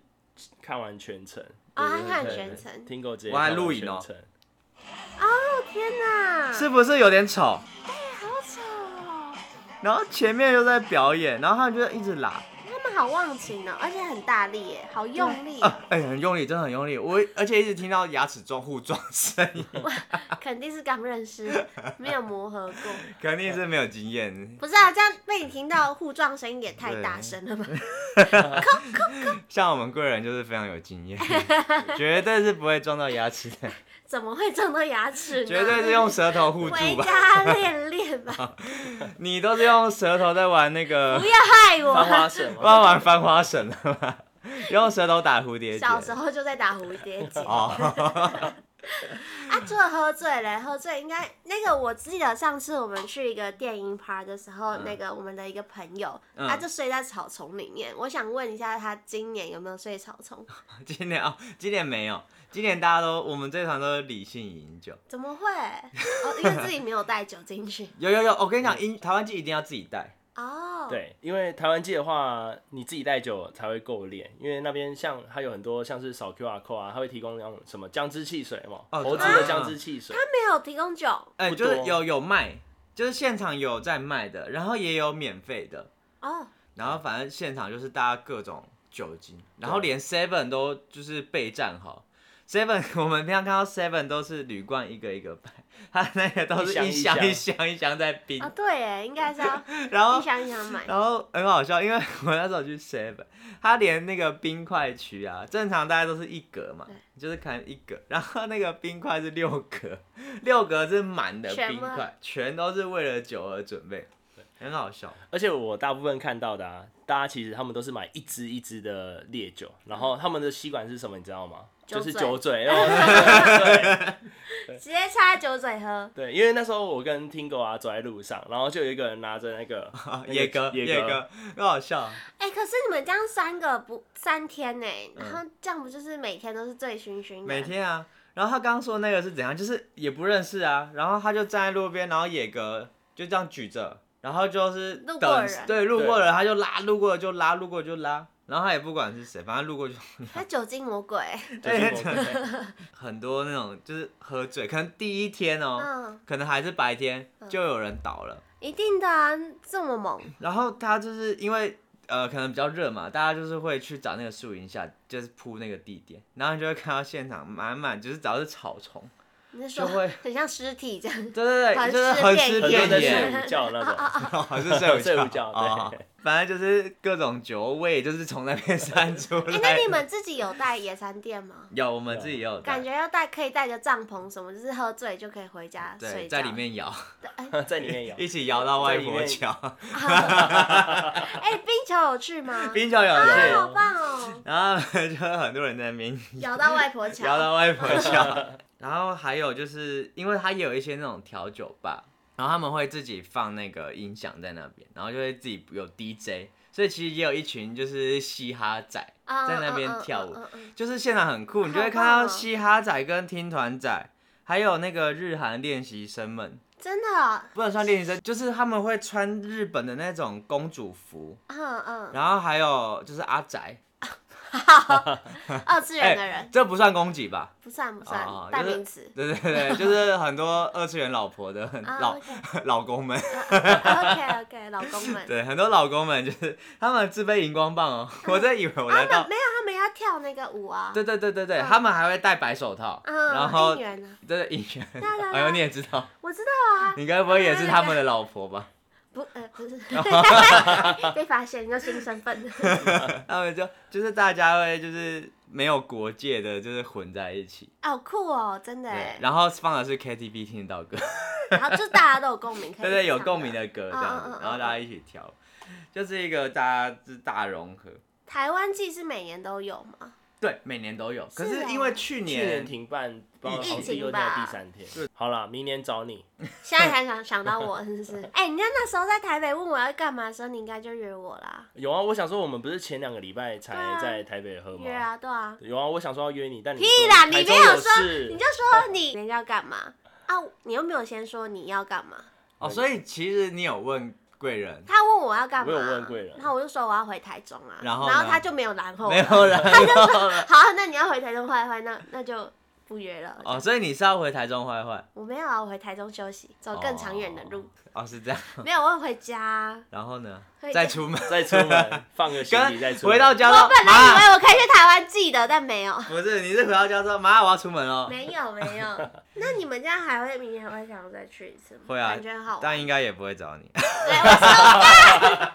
Speaker 3: 看完全程，
Speaker 2: 啊、
Speaker 1: 对
Speaker 2: 他
Speaker 1: 对
Speaker 2: 看
Speaker 1: 对
Speaker 2: 全程，
Speaker 3: 听过这，
Speaker 1: 我还录影哦
Speaker 3: 看完全程
Speaker 1: 哦
Speaker 2: 天哪，
Speaker 1: 是不是有点丑？
Speaker 2: 好丑哦！
Speaker 1: 然后前面又在表演，然后他们就一直拉，
Speaker 2: 他们样好忘情哦，而且很大力耶，好 用力哦，
Speaker 1: 啊，哎、很用力，真的很用力。我而且一直听到牙齿撞互撞声 音，
Speaker 2: 肯定是刚认识，没有磨合过。
Speaker 1: 肯定是没有经验。
Speaker 2: 不是啊，这样被你听到互撞声音也太大声了吧？
Speaker 1: 像我们贵人就是非常有经 验，绝对是不会撞到牙齿的，
Speaker 2: 怎么会撞到牙齿呢？
Speaker 1: 绝对是用舌头互助
Speaker 2: 回
Speaker 1: 吧。
Speaker 2: 家练练吧，
Speaker 1: 你都是用舌头在玩那个
Speaker 2: 不，要害
Speaker 3: 翻花
Speaker 2: 我。
Speaker 3: 绳嘛，
Speaker 1: 玩玩 翻花绳了吗？ 用舌头打蝴蝶结。
Speaker 2: 小时候就在打蝴蝶结啊，
Speaker 1: 哦，
Speaker 2: 除了喝醉嘞，喝醉应该那个我记得上次我们去一个电音趴的时候，那个我们的一个朋友，
Speaker 1: 嗯
Speaker 2: 他就睡在草丛里面。我想问一下，他今年有没有睡草 丛？
Speaker 1: 今年哦，今年没有，今年大家都我们这团都是理性饮酒。
Speaker 2: 怎么会？哦，因为自己没有带酒进 去。
Speaker 1: 有有有，我跟你讲，
Speaker 3: 嗯
Speaker 1: 饮台湾记一定要自己带。
Speaker 2: 哦，，
Speaker 3: 对，因为台湾记的话，你自己带酒才会够练，因为那边像它有很多像是扫 QR code 啊，它会提供那种什么姜汁汽水嘛，
Speaker 1: 哦
Speaker 3: 猴子
Speaker 1: 啊
Speaker 3: 的姜汁汽水，
Speaker 2: 他没有提供酒。
Speaker 1: 哎、
Speaker 3: 不
Speaker 1: 就
Speaker 3: 多
Speaker 1: 是有有卖，就是现场有在卖的，然后也有免费的，
Speaker 2: 哦，
Speaker 1: 然后反正现场就是大家各种酒精，然后连 Seven 都就是备战好。Seven，我 们平常看到 Seven 都是铝罐一个一个摆，它那个都是一
Speaker 3: 一
Speaker 1: 箱
Speaker 3: 箱
Speaker 1: 一
Speaker 3: 一
Speaker 1: 箱一箱在冰
Speaker 2: 啊，，对耶，应该 是要
Speaker 1: 然后
Speaker 2: 一箱一箱买。
Speaker 1: 然后很好笑，因为 我那时候去 Seven，他连那个冰块区啊，正常大家都是一格嘛，就是看一格，然后那个冰块是六格， 六格是满的
Speaker 2: 全
Speaker 1: 冰
Speaker 2: 吗
Speaker 1: 块，全都是为了酒而准备，很好笑。
Speaker 3: 而且我大部分看到的啊，大家其实他们都是买一支一支的烈酒，然后他们的吸管是什么，你知道吗？
Speaker 2: 酒
Speaker 3: 就是
Speaker 2: 嘴
Speaker 3: 酒嘴。然后
Speaker 2: 直接插酒嘴喝，
Speaker 3: 对，因为那时候我跟 Tingo 啊走在路上，然后就有一个人拿着那 个那个
Speaker 1: 野哥，
Speaker 3: 啊野
Speaker 1: 野哥，很好笑。
Speaker 2: 哎、可是你们这样三个不三天呢、然后这样不就是每天都是醉醺醺的？
Speaker 1: 嗯每天啊。然后他刚刚说那个是怎样，就是也不认识啊，然后他就站在路边，然后野格就这样举着，然后就是
Speaker 2: 路过
Speaker 1: 等
Speaker 2: 人
Speaker 1: 对路
Speaker 3: 对
Speaker 1: 过人他就拉，路过就拉，路过就拉，然后他也不管是谁，反正路过就
Speaker 2: 他酒精魔鬼，
Speaker 3: 就是我们
Speaker 1: 很多那种就是喝醉，可能第一天哦、
Speaker 2: 嗯，
Speaker 1: 可能还是白天就有人倒了，
Speaker 2: 一定的啊，这么猛，
Speaker 1: 然后他就是因为呃可能比较热嘛，大家就是会去找那个树荫下，就是铺那个地点，然后你就会看到现场满满就是只要是草丛，
Speaker 2: 你是说
Speaker 1: 就会
Speaker 2: 很像尸体 这
Speaker 1: 对
Speaker 2: 样？
Speaker 1: 对
Speaker 2: 很
Speaker 1: 对，就是
Speaker 2: 失
Speaker 1: 很
Speaker 2: 恋
Speaker 1: 吃
Speaker 3: 很多
Speaker 1: 遍
Speaker 3: 人在
Speaker 1: 野
Speaker 3: 睡，午觉那种，
Speaker 1: 哦还是睡午
Speaker 3: 睡午
Speaker 1: 觉，
Speaker 3: 觉
Speaker 1: 哦
Speaker 3: 对
Speaker 1: 反正就是各种酒味就是从那边散出
Speaker 2: 哎、那
Speaker 1: 来。
Speaker 2: 你们自己有带野餐垫吗？
Speaker 1: 有我们自己也有带
Speaker 2: 感觉要带可以带个帐篷什么，就是喝醉就可以回家
Speaker 1: 对
Speaker 2: 睡觉。
Speaker 1: 在里面 摇，
Speaker 3: 在里面有。
Speaker 1: 一起摇到外婆
Speaker 3: 在里面
Speaker 1: 桥，
Speaker 2: 哎、冰球有去 吗？
Speaker 1: 冰球有
Speaker 2: 啊，
Speaker 1: 趣。
Speaker 2: 好棒哦！
Speaker 1: 然后就很多人在那边
Speaker 2: 摇到外 婆桥，
Speaker 1: 摇到外婆 桥。然后还有就是，因为它也有一些那种调酒吧，然后他们会自己放那个音响在那边，然后就会自己有 DJ，所以其实也有一群就是嘻哈仔，
Speaker 2: 啊
Speaker 1: 在那边
Speaker 2: 嗯嗯
Speaker 1: 跳舞
Speaker 2: 嗯嗯嗯
Speaker 1: 就是现场很酷，你就会看
Speaker 2: 好棒
Speaker 1: 到
Speaker 2: 哦
Speaker 1: 嘻哈仔跟听团仔，还有那个日韩练习生们，
Speaker 2: 真的哦，
Speaker 1: 不能算练习生，就是他们会穿日本的那种公主服，
Speaker 2: 嗯 嗯，
Speaker 1: 然后还有就是阿宅，
Speaker 2: 二次元的人、
Speaker 1: 这不算攻击吧？
Speaker 2: 不算不
Speaker 1: 哦
Speaker 2: 算，代
Speaker 1: 就是
Speaker 2: 名词。啊
Speaker 1: 对对对，就是很多二次元老婆的哦老、 老公们，
Speaker 2: OK OK，老啊公 们，
Speaker 1: 对，很多老公们就是他们自备荧光棒哦，我真以为我
Speaker 2: 啊他
Speaker 1: 在
Speaker 2: 们
Speaker 1: 到，
Speaker 2: 没有，他们要跳那个舞啊，
Speaker 1: 对对对对对，
Speaker 2: 嗯
Speaker 1: 他们还会戴白手套，
Speaker 2: 嗯，
Speaker 1: 然后
Speaker 2: 应援啊，
Speaker 1: 对应 援，
Speaker 2: 对对
Speaker 1: 哎呦你也知道，
Speaker 2: 我知道啊，
Speaker 1: 你该不会也是他们的老婆吧？
Speaker 2: 不呃不 是，被发现一个新身份，
Speaker 1: 他们就就是大家会就是没有国界的，就是混在一起，
Speaker 2: 好酷 哦，真的
Speaker 1: 对
Speaker 2: 耶，，
Speaker 1: 然后放的是 KTV 听得到歌，
Speaker 2: 然后就大家都有共鸣，可以
Speaker 1: 对对有
Speaker 2: 唱
Speaker 1: 共鸣。的歌这样
Speaker 2: 嗯嗯
Speaker 1: 子
Speaker 2: 嗯，嗯
Speaker 1: 然后大家一起跳，就是一个大家就是大融合。
Speaker 2: 台湾季是每年都有吗？
Speaker 1: 对，每年都有。可
Speaker 2: 是
Speaker 1: 是
Speaker 2: 哦
Speaker 1: 因为去
Speaker 3: 去年停办，不知道
Speaker 1: 疫
Speaker 3: 好像
Speaker 2: 情
Speaker 3: 是又
Speaker 2: 吧
Speaker 3: 在第三天。好了，明年找你。
Speaker 2: 现在才想想到 我，是不是？哎、人家那时候在台北问我要干嘛的时候，你应该就约我啦。
Speaker 3: 有啊，我想说我们不是前两个礼拜
Speaker 2: 对啊
Speaker 3: 才在台北喝吗？
Speaker 2: 约啊，对啊。
Speaker 3: 有啊，我想说要约你，但你
Speaker 2: 屁
Speaker 3: 说
Speaker 2: 啦，
Speaker 3: 台
Speaker 2: 你
Speaker 3: 中
Speaker 2: 没有说，
Speaker 3: 事
Speaker 2: 你就说你人家要干嘛啊？你又没有先说你要干嘛。
Speaker 1: 哦，所以其实你有问贵 人，
Speaker 2: 他问我要干嘛，
Speaker 3: 我有问贵人
Speaker 2: 然后我就说我要回台中啊。
Speaker 1: 然后呢
Speaker 2: 他就没有然后了
Speaker 1: 没有人
Speaker 2: 他就说好啊，那你要回台中坏坏，那那就不约了。
Speaker 1: 哦，所以你是要回台中坏坏？
Speaker 2: 我没有啊，我回台中休息，走更长远的路。
Speaker 1: 哦，是这样。
Speaker 2: 没有，我回家。
Speaker 1: 然后呢
Speaker 2: 回？
Speaker 1: 再 出门，
Speaker 3: 再出 门放个行李再出门，
Speaker 1: 回到家
Speaker 2: 我
Speaker 1: 说
Speaker 2: 本来以
Speaker 1: 妈，哦
Speaker 2: 为我可以去台湾记得，但没有，
Speaker 1: 不是，你是回到家说妈，我要出门哦。
Speaker 2: 没有，没有。 那你们这样还会明年还会想要再去一次吗？
Speaker 1: 会啊
Speaker 2: 感觉很好玩。
Speaker 1: 但应该也不会找你，
Speaker 2: 对我说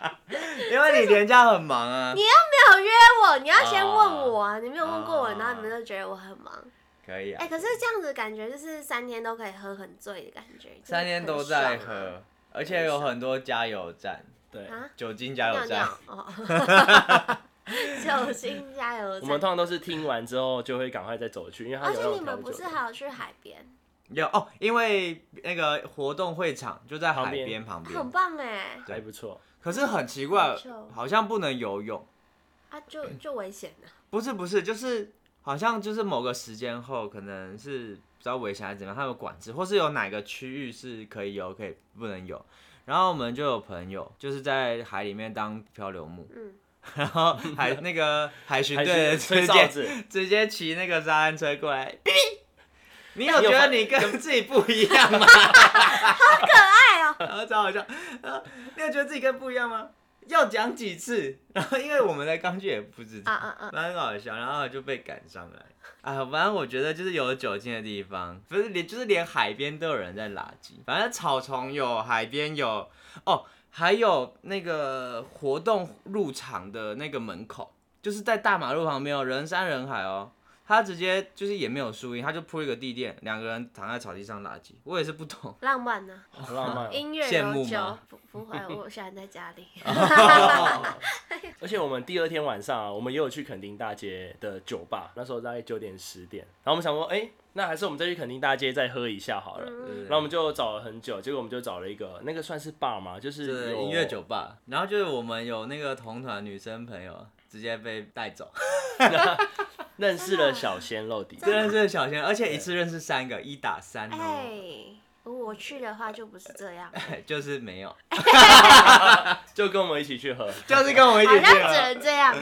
Speaker 1: 因为你年假很忙啊。
Speaker 2: 没有约我，你要先
Speaker 1: 哦
Speaker 2: 问我啊！你没有问过我，
Speaker 1: 啊
Speaker 2: 然后你们就觉得我很忙。
Speaker 1: 可以
Speaker 2: 哎、
Speaker 1: 啊，
Speaker 2: 可是这样子感觉就是三天都可以喝很醉的感觉，就是啊
Speaker 1: 三天都在
Speaker 3: 啊
Speaker 1: 喝，而且有很多加油站，
Speaker 3: 对
Speaker 2: 很。爽啊。
Speaker 1: 酒精加
Speaker 2: 尿
Speaker 1: 油站
Speaker 2: 尿。哦， 酒精加油
Speaker 3: 我们
Speaker 2: 站。
Speaker 3: 通常都是听完之后就会赶快再走去，因为它
Speaker 2: 而
Speaker 3: 有
Speaker 2: 且
Speaker 3: 那
Speaker 2: 你
Speaker 3: 种
Speaker 2: 们
Speaker 3: 调
Speaker 2: 不
Speaker 3: 酒
Speaker 2: 是
Speaker 3: 的。
Speaker 2: 还有去海边，
Speaker 1: 有哦，因为那个活动会场就在海
Speaker 3: 旁边
Speaker 1: 边旁
Speaker 2: 很
Speaker 1: 边，
Speaker 2: 棒哎！
Speaker 1: 对
Speaker 3: 还不错，
Speaker 1: 可是很奇怪
Speaker 2: 没错，
Speaker 1: 好像不能游泳。
Speaker 2: 啊，就
Speaker 1: 嗯
Speaker 2: 就危险了。
Speaker 1: 不是不是，就是好像就是某个时间后，可能是比较危险还是怎么样，他有管制，或是有哪个区域是可以游，可以不能游。然后我们就有朋友就是在海里面当漂流木，
Speaker 2: 嗯，
Speaker 1: 然后海那个海巡
Speaker 3: 还
Speaker 1: 队的
Speaker 3: 是吹
Speaker 1: 直
Speaker 3: 哨
Speaker 1: 接
Speaker 3: 子，
Speaker 1: 直接骑那个沙滩吹过来，哔哔你有
Speaker 3: 你
Speaker 1: 觉
Speaker 3: 有
Speaker 1: 得
Speaker 3: 发
Speaker 1: 你跟自己不一样吗？
Speaker 2: 哎呦，
Speaker 1: 然后超好笑，然后你有觉得自己跟不一样吗？要讲几次？ 然后因为我们的刚去也不知道，
Speaker 2: 啊啊啊
Speaker 1: 蛮好笑，然后就被赶上来。哎，反正我觉得就是有酒精的地方，不是连就是连海边都有人在垃圾，反正草丛有，海边有，哦，还有那个活动入场的那个门口，就是在大马路旁边哦，人山人海哦。他直接就是也没有树荫，他就铺一个地垫，两个人躺在草地上垃圾。我也是不 懂，
Speaker 2: 浪漫呢、
Speaker 3: 好浪漫哦。
Speaker 2: 音乐
Speaker 1: 羡慕
Speaker 2: 有酒
Speaker 1: 吗，
Speaker 2: 不不会， 我喜欢在家里。
Speaker 3: 而且我们第二天晚上啊，我们也有去垦丁大街的酒吧，那时候大概九点十点，然后我们想说，哎、那还是我们再去垦丁大街再喝一下好了。
Speaker 1: 对
Speaker 2: 嗯
Speaker 1: 不对
Speaker 3: 然后我们就找了很久，结果我们就找了一个那个算是 bar 嘛，就是
Speaker 1: 是
Speaker 3: 有
Speaker 1: 音乐酒，吧，然后就是我们有那个同团女生朋友直接被带走，
Speaker 3: 认识了小鲜肉迪，
Speaker 1: 真的是小鲜肉，而且一次认识三个，一打三
Speaker 2: 哎、
Speaker 1: 哦，
Speaker 2: 我去的话就不是这样，好
Speaker 1: 就是没有，
Speaker 3: 就跟我们一起去喝，
Speaker 1: 就是跟我一起
Speaker 2: 像只
Speaker 1: 去。
Speaker 2: 能 这样。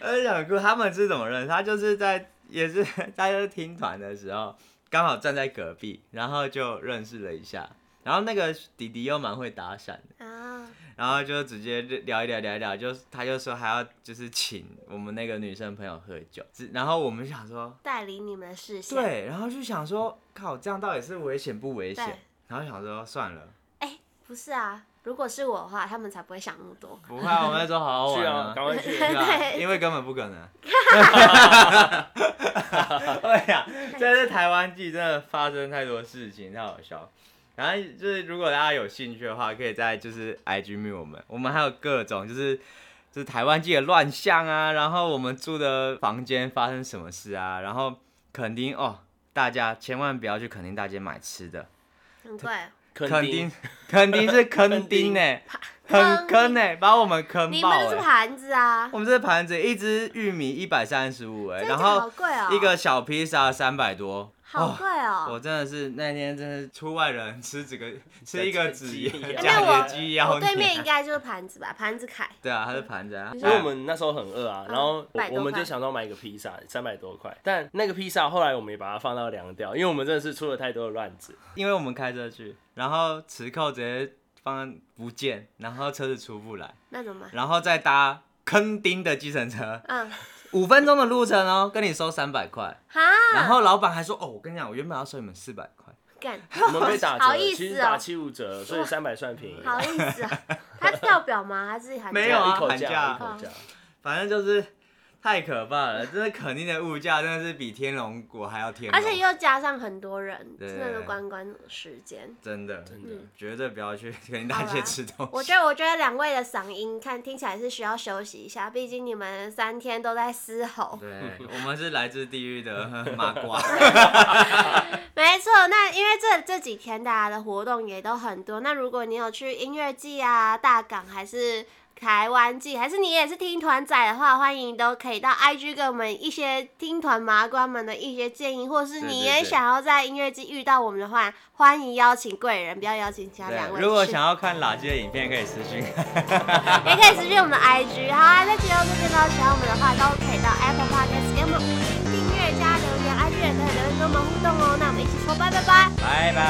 Speaker 1: 而小姑他们是怎么认识？他就是在 也是他就是听团的时候，刚好站在隔壁，然后就认识了一下。然后那个弟弟又蛮会打伞的，
Speaker 2: 啊，
Speaker 1: 然后就直接聊一聊聊一聊，就他就说还要就是请我们那个女生朋友喝酒，只然后我们想说嗯
Speaker 2: 带领你们的视线。，
Speaker 1: 对，然后就想说，靠，这样到底是危险不危
Speaker 2: 对
Speaker 1: 险？然后想说算了，
Speaker 2: 哎、不是啊，如果是我的话，他们才不会想那么多。
Speaker 1: 不怕，我们那时候好好
Speaker 3: 去
Speaker 1: 玩
Speaker 3: 啊，赶快 去。
Speaker 1: 对吧？
Speaker 2: 对
Speaker 1: 因为根本不 可能。对呀、这是台湾季真的发生太多事情，太好笑。然后就是，如果大家有兴趣的话，可以在就是 IG 密我们，我们还有各种就是就是台湾季的乱象啊，然后我们住的房间发生什么事啊，然后垦丁哦，大家千万不要去垦丁大街买吃的，
Speaker 2: 很贵，
Speaker 1: 肯
Speaker 3: 垦
Speaker 1: 定
Speaker 3: 丁，
Speaker 1: 肯定是
Speaker 3: 丁
Speaker 1: 坑丁呢，
Speaker 2: 坑
Speaker 1: 很坑呢，把我们坑
Speaker 2: 你
Speaker 1: 爆
Speaker 2: 们都是
Speaker 1: 哎！
Speaker 2: 盘子啊，
Speaker 1: 我们这盘子一只玉米一百三十五哎，
Speaker 2: 真
Speaker 1: 然
Speaker 2: 的
Speaker 1: 后
Speaker 2: 好贵哦、
Speaker 1: 一个小披萨三百多，
Speaker 2: 好贵哦、
Speaker 1: 我真的是那天真是出外人吃几个吃一个 纸
Speaker 3: 那我
Speaker 1: 假野鸡腰
Speaker 2: 我对面
Speaker 1: 你啊
Speaker 2: 应。该就是盘子吧，盘子凯。
Speaker 1: 对啊，它是盘子啊，
Speaker 2: 你
Speaker 3: 因
Speaker 2: 说
Speaker 3: 为我们那时候很饿啊，
Speaker 2: 嗯
Speaker 3: 然后我
Speaker 2: 百多块
Speaker 3: 我们就想说买一个披萨，三百多块。但那个披萨后来我们也把它放到凉掉，因为我们真的是出了太多的乱 子。
Speaker 1: 因为我们开车去，然后磁扣直接放不见，然后车子出不来，
Speaker 2: 那怎么办？
Speaker 1: 然后再搭坑丁的计程车，
Speaker 2: 嗯，
Speaker 1: 五分钟的路程哦，跟你收三百块。
Speaker 2: 哈，
Speaker 1: 然后老板还说：“哦，我跟你讲，我原本要收你们四百块，
Speaker 2: 干，
Speaker 3: 我们被打
Speaker 2: 好
Speaker 3: 折，
Speaker 2: 意思哦
Speaker 3: 其实打七五折，所以三百算便宜。
Speaker 2: 好意思 啊，他是跳表吗？还是喊
Speaker 1: 没
Speaker 3: 对
Speaker 1: 有啊
Speaker 3: 一口
Speaker 1: 喊
Speaker 3: 价，
Speaker 1: 价
Speaker 3: 一口价。
Speaker 2: 嗯
Speaker 1: 反正就是太可怕了。这肯定的物价真的是比天龙国还要天龙，
Speaker 2: 而且又加上很多人，
Speaker 1: 对
Speaker 2: 真的都关关时间。
Speaker 1: 真的
Speaker 3: 真的
Speaker 1: 绝对不要去跟大
Speaker 2: 好
Speaker 1: 街
Speaker 2: 啦
Speaker 1: 吃东西。
Speaker 2: 我觉得，我觉得两位的嗓音看听起来是需要休息一下，毕竟你们三天都在嘶 吼。
Speaker 1: 对，我们是来自地狱的麻 瓜，
Speaker 2: 没错，那因为这这几天大家的活动也都很多，那如果你有去音乐季啊、大港还是。台湾季，还是你也是听团仔的话，欢迎都可以到 IG 给我们一些听团麻瓜们的一些建议，或是
Speaker 1: 对
Speaker 2: 你
Speaker 1: 对
Speaker 2: 也
Speaker 1: 对
Speaker 2: 想要在音乐季遇到我们的话，欢迎邀请贵人，不要邀请其他两位
Speaker 1: 对，
Speaker 2: 是。
Speaker 1: 如果想要看垃圾的影片，可以私 信。
Speaker 2: 也可以私讯我们的 IG。好啊，那今天就这边到，喜欢我们的话都可以到 Apple Podcast 给我们五星订阅加留言，IG 也可以留言跟我我们互动哦。那我们一起说拜拜拜。
Speaker 1: 拜拜。